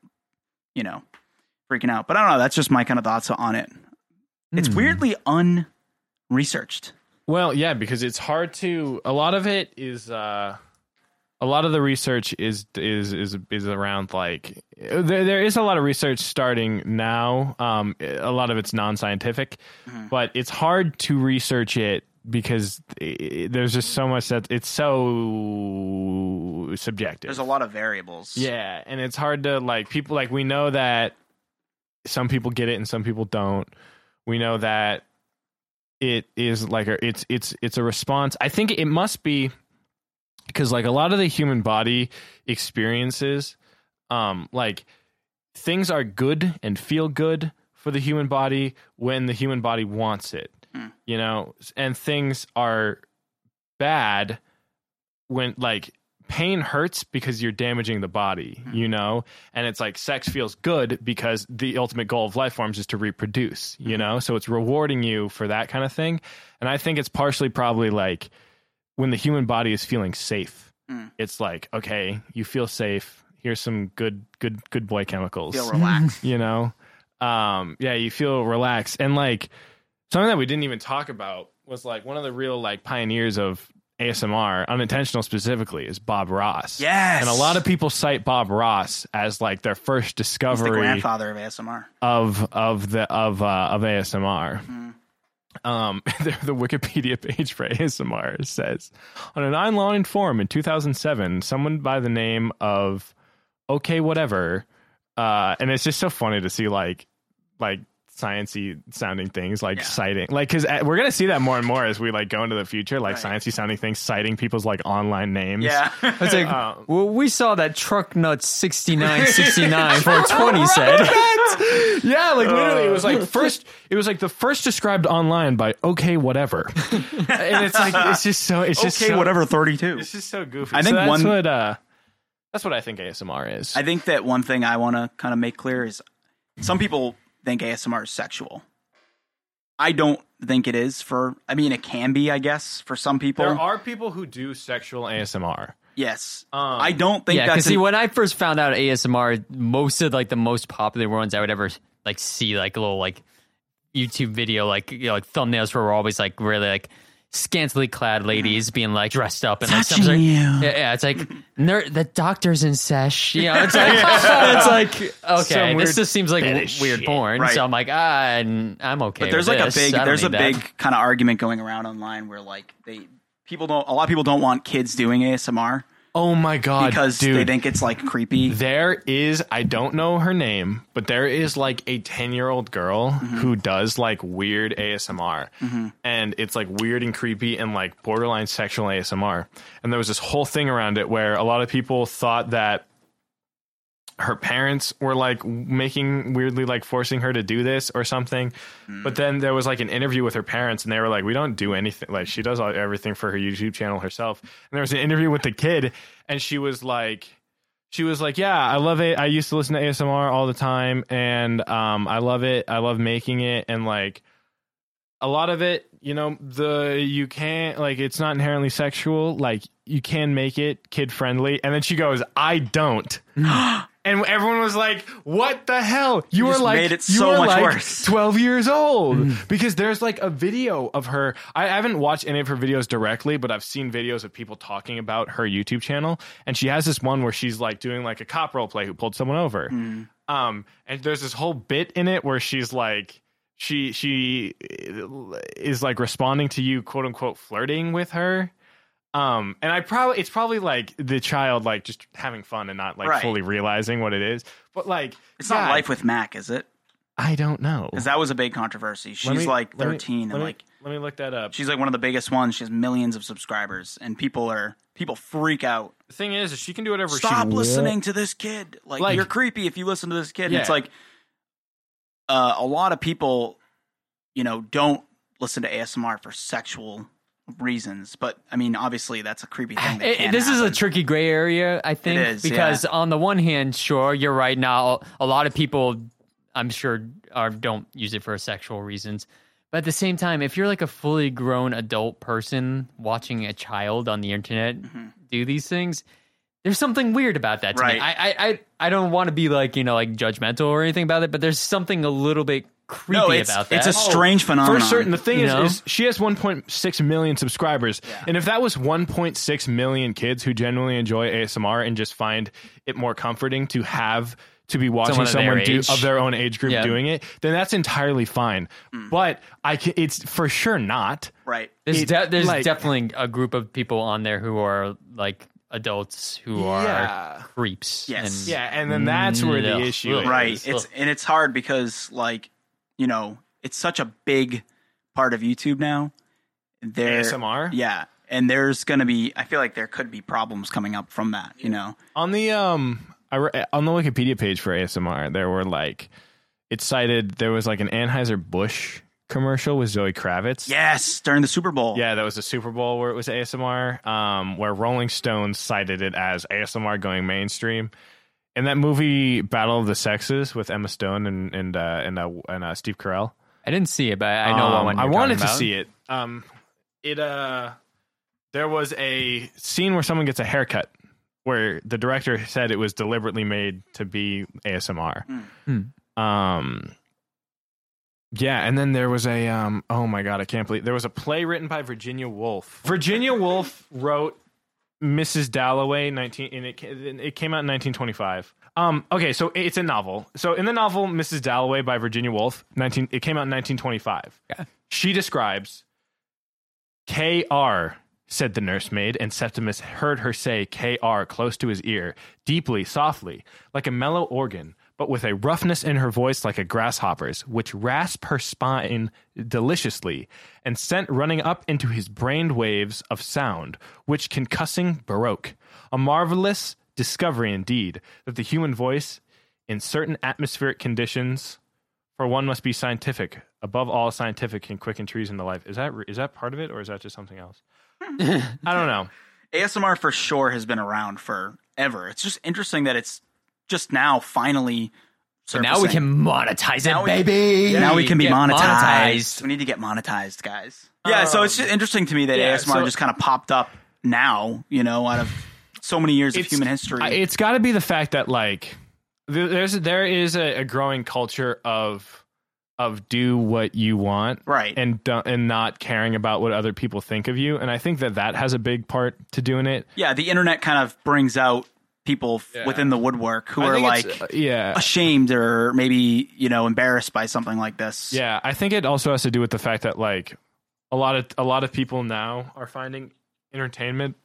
Speaker 3: you know freaking out but i don't know that's just my kind of thoughts on it it's
Speaker 4: Hmm.
Speaker 3: weirdly unresearched
Speaker 4: Well, yeah, because it's hard to. A lot of it is. uh a lot of the research is is is is around like there there is a lot of research starting now. Um, a lot of it's non scientific,
Speaker 3: Mm-hmm.
Speaker 4: but it's hard to research it because i- there's just so much that it's so subjective.
Speaker 3: there's a lot of variables
Speaker 4: Yeah, and it's hard to like people like we know that some people get it and some people don't. We know that it is like a, it's it's it's a response. I think it must be because like a lot of the human body experiences um like things are good and feel good for the human body when the human body wants it. You know, and things are bad when like pain hurts because you're damaging the body, you know? And it's like sex feels good because the ultimate goal of life forms is to reproduce, you know? So it's rewarding you for that kind of thing. And I think it's partially probably like when the human body is feeling safe.
Speaker 3: Mm.
Speaker 4: It's like, okay, you feel safe. Here's some good good good boy chemicals
Speaker 3: feel relaxed
Speaker 4: you know um yeah you feel relaxed and like something that we didn't even talk about was like one of the real like pioneers of asmr unintentional specifically is bob ross
Speaker 3: Yes.
Speaker 4: and a lot of people cite bob ross as like their first
Speaker 3: He's the
Speaker 4: discovery
Speaker 3: grandfather of asmr
Speaker 4: of of the of uh of asmr um, the, the Wikipedia page for ASMR says on an online forum in 2007, someone by the name of okay, whatever. Uh, and it's just so funny to see like, like sciency sounding things like citing, like, cause uh, we're going to see that more and more as we like go into the future, like
Speaker 3: Right.
Speaker 4: sciencey sounding things, citing people's like online names.
Speaker 3: yeah
Speaker 2: It's like,
Speaker 4: Um,
Speaker 2: well, we saw that truck nut 6969 for 20 said.
Speaker 4: yeah, like literally, it was like first, it was like the first described online by okay, whatever. and it's like, it's just so, it's just
Speaker 3: okay
Speaker 4: so-
Speaker 3: whatever 32
Speaker 4: It's just so goofy.
Speaker 3: I
Speaker 4: So
Speaker 3: think
Speaker 4: that's
Speaker 3: one-
Speaker 4: what uh, that's what I think ASMR is.
Speaker 3: I think that one thing I want to kind of make clear is some people think ASMR is sexual. I don't think it is for I mean it can be I guess for some people.
Speaker 4: there are people who do sexual ASMR.
Speaker 3: yes.
Speaker 4: Um,
Speaker 3: I don't think
Speaker 2: Yeah, because
Speaker 3: that's
Speaker 2: see,
Speaker 3: an-
Speaker 2: when I first found out ASMR, most of like the most popular ones I would ever like see like a little like YouTube video like you know, like thumbnails were always like really like scantily clad ladies being like dressed up and like
Speaker 3: Touching
Speaker 2: something.
Speaker 3: you.
Speaker 2: Yeah, yeah, it's like ner- the doctor's in sesh. You know, it's like it's like okay,
Speaker 4: Some
Speaker 2: this
Speaker 4: weird
Speaker 2: just seems like w-
Speaker 4: fetish
Speaker 2: weird
Speaker 4: shit.
Speaker 2: porn.
Speaker 3: Right.
Speaker 2: So I'm like, ah, and I'm okay.
Speaker 3: but there's
Speaker 2: with
Speaker 3: like
Speaker 2: this.
Speaker 3: a big
Speaker 2: I don't
Speaker 3: there's a
Speaker 2: need that.
Speaker 3: big kind of argument going around online where like they people don't a lot of people don't want kids doing ASMR
Speaker 4: Oh my god,
Speaker 3: because
Speaker 4: dude!
Speaker 3: they think it's like creepy.
Speaker 4: there is I don't know her name, but there is like a ten year old girl who does like weird ASMR, and it's like weird and creepy and like borderline sexual ASMR. And there was this whole thing around it where a lot of people thought that her parents were like making weirdly like forcing her to do this or something but then there was like an interview with her parents and they were like we don't do anything like she does all, everything for her youtube channel herself and there was an interview with the kid and she was like she was like yeah i love it i used to listen to asmr all the time and um i love it i love making it and like a lot of it, you know, the you can't like it's not inherently sexual. Like you can make it kid friendly, and then she goes, "I don't," and and everyone was like, "What the hell? You, were
Speaker 3: just
Speaker 4: like,
Speaker 3: made it
Speaker 4: you
Speaker 3: so
Speaker 4: were
Speaker 3: much
Speaker 4: like
Speaker 3: worse." Mm.
Speaker 4: twelve years old." because there's like a video of her. I haven't watched any of her videos directly, but I've seen videos of people talking about her YouTube channel, and she has this one where she's like doing like a cop role play who pulled someone over.
Speaker 3: Mm.
Speaker 4: Um, and there's this whole bit in it where she's like she she eh, is like responding to you quote unquote flirting with her um and i probably it's probably like the child like just having fun and not like
Speaker 3: Right.
Speaker 4: fully realizing what it is but like
Speaker 3: It's not
Speaker 4: God,
Speaker 3: life with Mac, is it?
Speaker 4: i don't know
Speaker 3: Because that was a big controversy. She's
Speaker 4: Let me-
Speaker 3: like
Speaker 4: let me-
Speaker 3: 13
Speaker 4: let
Speaker 3: and
Speaker 4: me-
Speaker 3: like
Speaker 4: let me look that up
Speaker 3: she's like one of the biggest ones. She has millions of subscribers and people are people freak out.
Speaker 4: the thing is she can do whatever
Speaker 3: Stop
Speaker 4: she
Speaker 3: listening to this kid. Like,
Speaker 4: Like-
Speaker 3: you're creepy if you listen to this kid. And It's
Speaker 4: Yeah.
Speaker 3: like uh, a lot of people, you know, don't listen to ASMR for sexual reasons, but I mean, obviously that's a creepy thing. That
Speaker 2: It-
Speaker 3: can
Speaker 2: Eh, this is a
Speaker 3: happen.
Speaker 2: tricky gray area, I think,
Speaker 3: is,
Speaker 2: because
Speaker 3: yeah.
Speaker 2: on the one hand, sure, you're right. Now, a lot of people, I'm sure, are don't use it for sexual reasons. But at the same time, if you're like a fully grown adult person watching a child on the internet do these things, there's something weird about that. To me.
Speaker 3: Mm-hmm. Right.
Speaker 2: I, I, I, I don't want to be like you know like judgmental or anything about it, but there's something a little bit creepy
Speaker 3: no, it's,
Speaker 2: about that.
Speaker 3: it's a strange
Speaker 4: Oh, for
Speaker 3: phenomenon.
Speaker 4: certain the thing
Speaker 2: You
Speaker 4: is,
Speaker 2: know?
Speaker 4: is she has 1.6 million subscribers and if that was 1.6 million kids who genuinely enjoy asmr and just find it more comforting to have to be watching
Speaker 2: Someone of
Speaker 4: someone,
Speaker 2: their
Speaker 4: do,
Speaker 2: age.
Speaker 4: of their own age group
Speaker 2: Yeah.
Speaker 4: doing it then that's entirely fine
Speaker 3: Mm.
Speaker 4: but i can, it's for sure not
Speaker 3: right.
Speaker 2: There's,
Speaker 4: It-
Speaker 2: de- there's
Speaker 4: like-
Speaker 2: definitely a group of people on there who are like adults who are
Speaker 4: Yeah.
Speaker 2: creeps.
Speaker 3: Yes.
Speaker 2: And Mm,
Speaker 4: yeah and then that's where the
Speaker 2: Yeah.
Speaker 4: issue is
Speaker 3: right
Speaker 2: is.
Speaker 3: it's
Speaker 2: Ugh.
Speaker 3: and it's hard because like you know it's such a big part of youtube now there
Speaker 4: ASMR?
Speaker 3: yeah and there's gonna be i feel like there could be problems coming up from that you know
Speaker 4: on the um I re- on the Wikipedia page for ASMR, there were like it cited there was like an Anheuser Busch commercial with Zoe Kravitz.
Speaker 3: yes during the super bowl
Speaker 4: Yeah, that was the Super Bowl where it was ASMR, um, where Rolling Stones cited it as ASMR going mainstream. In that movie Battle of the Sexes with Emma Stone and and uh, and uh, and uh, Steve Carell,
Speaker 2: I didn't see it, but I know what
Speaker 4: um,
Speaker 2: one
Speaker 4: I
Speaker 2: you're
Speaker 4: wanted
Speaker 2: talking
Speaker 4: to
Speaker 2: about.
Speaker 4: see it. Um, it uh, there was a scene where someone gets a haircut, where the director said it was deliberately made to be ASMR.
Speaker 2: Hmm.
Speaker 4: Um, yeah, and then there was a um, oh my god, I can't believe there was a play written by Virginia Woolf. Virginia Woolf wrote Mrs. Dalloway, nineteen, and it ca- it came out in nineteen twenty five. Um, okay, so it's a novel. So in the novel Mrs. Dalloway by Virginia Woolf, nineteen, it came out in nineteen twenty five. She describes K.R., said the nursemaid, and Septimus heard her say K.R. close to his ear, deeply, softly, like a mellow organ, but with a roughness in her voice like a grasshopper's, which rasped her spine deliciously and sent running up into his brain waves of sound, which concussing baroque. A marvelous discovery indeed that the human voice, in certain atmospheric conditions, for one must be scientific above all scientific can quicken trees into life is that is that part of it or is that just something else i don't know
Speaker 3: asmr for sure has been around forever it's just interesting that it's just now finally
Speaker 2: But now we
Speaker 3: surfacing.
Speaker 2: can monetize it,
Speaker 3: Now we-
Speaker 2: baby.
Speaker 3: now we can be
Speaker 2: Get
Speaker 3: monetized. we need to get monetized guys yeah so it's just interesting to me that
Speaker 4: Uh, yeah,
Speaker 3: asmr
Speaker 4: so-
Speaker 3: just kind of popped up now you know out of so many years of human history
Speaker 4: I- it's got to be the fact that like th- there's there is a, a growing culture of of do what you want
Speaker 3: Right.
Speaker 4: and do, and not caring about what other people think of you and i think that that has a big part to doing it
Speaker 3: yeah, the internet kind of brings out people f- within the woodwork who
Speaker 4: I
Speaker 3: are
Speaker 4: think
Speaker 3: like
Speaker 4: it's- uh, yeah
Speaker 3: ashamed or maybe you know embarrassed by something like this.
Speaker 4: Yeah, I think it also has to do with the fact that like a lot of a lot of people now are finding entertainment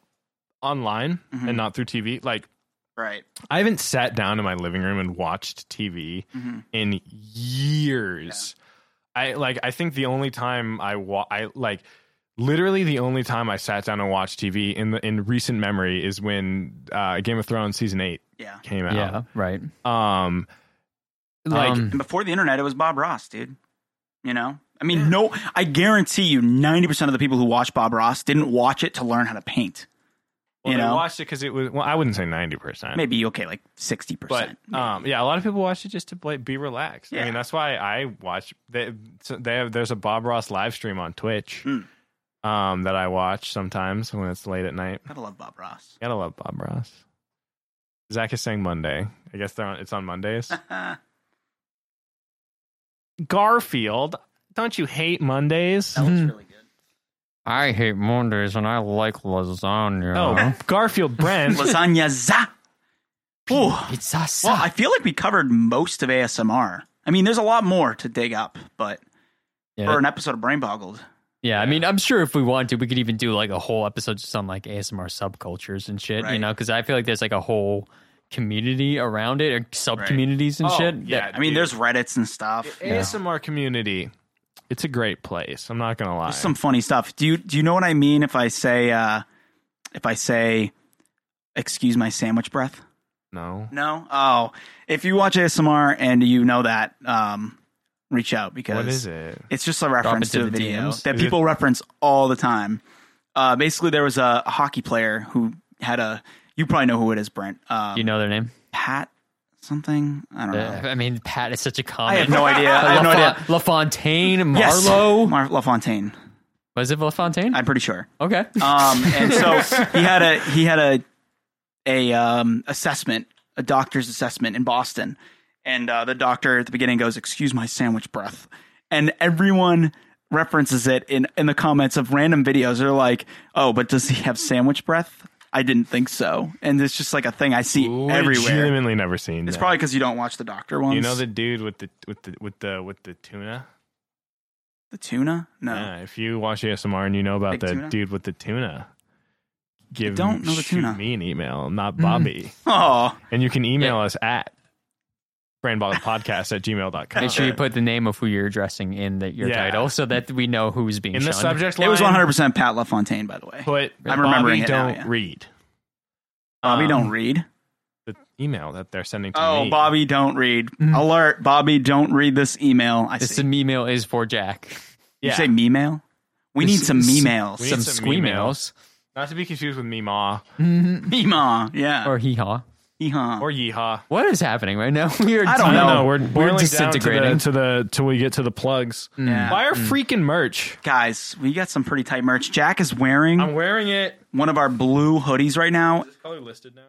Speaker 4: online
Speaker 3: Mm-hmm.
Speaker 4: and not through TV. Like
Speaker 3: right.
Speaker 4: I haven't sat down in my living room and watched TV
Speaker 3: Mm-hmm.
Speaker 4: in years. I like I think the only time I wa- I like literally the only time I sat down and watched TV in the in recent memory is when uh, Game of Thrones season 8
Speaker 3: Yeah.
Speaker 4: came
Speaker 2: monetized. Yeah,
Speaker 4: out.
Speaker 2: right.
Speaker 4: Um like
Speaker 2: Um,
Speaker 3: And before the internet, it was Bob Ross, dude. You know, I mean, no, I guarantee you, ninety percent of the people who watch Bob Ross didn't watch it to learn how to paint.
Speaker 4: well,
Speaker 3: you
Speaker 4: they
Speaker 3: know,
Speaker 4: watched it cuz it was well I wouldn't say 90%.
Speaker 3: maybe okay, like sixty
Speaker 4: but
Speaker 3: percent.
Speaker 4: um, yeah, a lot of people watch it just to play, be relaxed. I
Speaker 3: Yeah.
Speaker 4: mean, that's why I watch. They, so they have, there's a Bob Ross live stream on Twitch
Speaker 3: Hmm.
Speaker 4: um, that I watch sometimes when it's late at night.
Speaker 3: Gotta love Bob Ross.
Speaker 4: Gotta love Bob Ross. Zach is saying Monday. I guess they're on, it's on Mondays.
Speaker 3: Uh.
Speaker 4: Garfield, don't you hate Mondays?
Speaker 3: That looks really good.
Speaker 2: I hate Mondays and I like lasagna.
Speaker 4: Oh, Garfield Brent.
Speaker 3: Lasagna za. Ooh.
Speaker 2: it's us.
Speaker 3: Well, I feel like we covered most of ASMR. I mean, there's a lot more to dig up, but
Speaker 2: Yeah.
Speaker 3: for an episode of Brain Boggled,
Speaker 2: Yeah, I mean, I'm sure if we wanted to, we could even do like a whole episode just on like ASMR subcultures and shit, you
Speaker 3: Right.
Speaker 2: know, because I feel like there's like a whole community around it or sub communities and
Speaker 4: Oh,
Speaker 2: shit.
Speaker 4: yeah,
Speaker 2: that-
Speaker 3: I mean,
Speaker 4: dude.
Speaker 3: there's Reddits and stuff.
Speaker 4: ASMR community. It's a great place. I'm not gonna lie.
Speaker 3: There's some funny stuff. Do you do you know what I mean if I say uh, if I say excuse my sandwich breath?
Speaker 4: no.
Speaker 3: No. Oh, if you watch ASMR and you know that, um, reach out because
Speaker 4: What is it?
Speaker 3: It's just a reference
Speaker 2: into
Speaker 3: to a
Speaker 2: the
Speaker 3: video
Speaker 2: DMs.
Speaker 3: that
Speaker 4: Is
Speaker 3: people reference all the time. Uh, basically, there was a hockey player who had a. You probably know who it is, Brent. Um,
Speaker 2: you know their name?
Speaker 3: Pat something. I don't know.
Speaker 2: Uh, I mean, Pat is such
Speaker 3: I
Speaker 2: a common.
Speaker 3: have no idea. I have no idea.
Speaker 2: LaFontaine,
Speaker 3: Yes.
Speaker 2: Marlowe.
Speaker 3: Mar- LaFontaine.
Speaker 2: Was it LaFontaine?
Speaker 3: I'm pretty sure.
Speaker 2: okay.
Speaker 3: Um, and so he had a he had a a um, assessment, a doctor's assessment in Boston, and uh, the doctor at the beginning goes, "Excuse my sandwich breath," and everyone references it in in the comments of random videos. They're like, "Oh, but does he have sandwich breath?" I didn't think so, and it's just like a thing I see everywhere.
Speaker 4: Legitimately never seen.
Speaker 3: It's
Speaker 4: that.
Speaker 3: probably because you don't watch the doctor ones.
Speaker 4: you know the dude with the with the with the with the tuna.
Speaker 3: the tuna? No,
Speaker 4: Yeah, if you watch ASMR and you know about
Speaker 3: Big
Speaker 4: the
Speaker 3: tuna?
Speaker 4: dude with the tuna, give
Speaker 3: don't know the
Speaker 4: shoot
Speaker 3: tuna. Mm-hmm.
Speaker 4: me an email, not Bobby.
Speaker 3: oh,
Speaker 4: And you can email us at brandbogpodcast at gmail.com.
Speaker 2: Make sure you put the name of who you're addressing in the, your
Speaker 4: Yeah.
Speaker 2: title so that we know who's being
Speaker 4: in the
Speaker 2: shunned.
Speaker 4: subject line.
Speaker 3: it was one hundred percent Pat LaFontaine, by the way.
Speaker 4: Put
Speaker 3: I'm
Speaker 4: Bobby
Speaker 3: remembering
Speaker 4: don't
Speaker 3: it now, yeah.
Speaker 4: read
Speaker 3: Bobby
Speaker 4: Um,
Speaker 3: don't read.
Speaker 4: the email that they're sending to
Speaker 3: Oh,
Speaker 4: me.
Speaker 3: Bobby, don't read. Alert, Bobby, don't read this email. I
Speaker 2: This
Speaker 3: see.
Speaker 2: email is for Jack.
Speaker 4: Yeah.
Speaker 3: You say me mail? We need
Speaker 2: This
Speaker 3: some
Speaker 2: is-
Speaker 3: me
Speaker 4: we
Speaker 3: mails.
Speaker 4: need
Speaker 2: Some
Speaker 4: some emails.
Speaker 2: squeemails.
Speaker 4: Not to be confused with Meemaw
Speaker 3: Me ma, yeah.
Speaker 2: Or hee haw.
Speaker 3: Yeehaw.
Speaker 4: or Yeehaw.
Speaker 2: What is happening right now? We are
Speaker 3: I don't
Speaker 4: I don't
Speaker 3: No,
Speaker 4: know. We're, we're,
Speaker 2: we're
Speaker 4: only
Speaker 2: disintegrating.
Speaker 4: down to the, to the till we get to the plugs.
Speaker 3: Yeah. Mm.
Speaker 4: Buy our freaking merch.
Speaker 3: Guys, we got some pretty tight merch. Jack is wearing
Speaker 4: I'm wearing it.
Speaker 3: one of our blue hoodies right now.
Speaker 4: It's color listed now.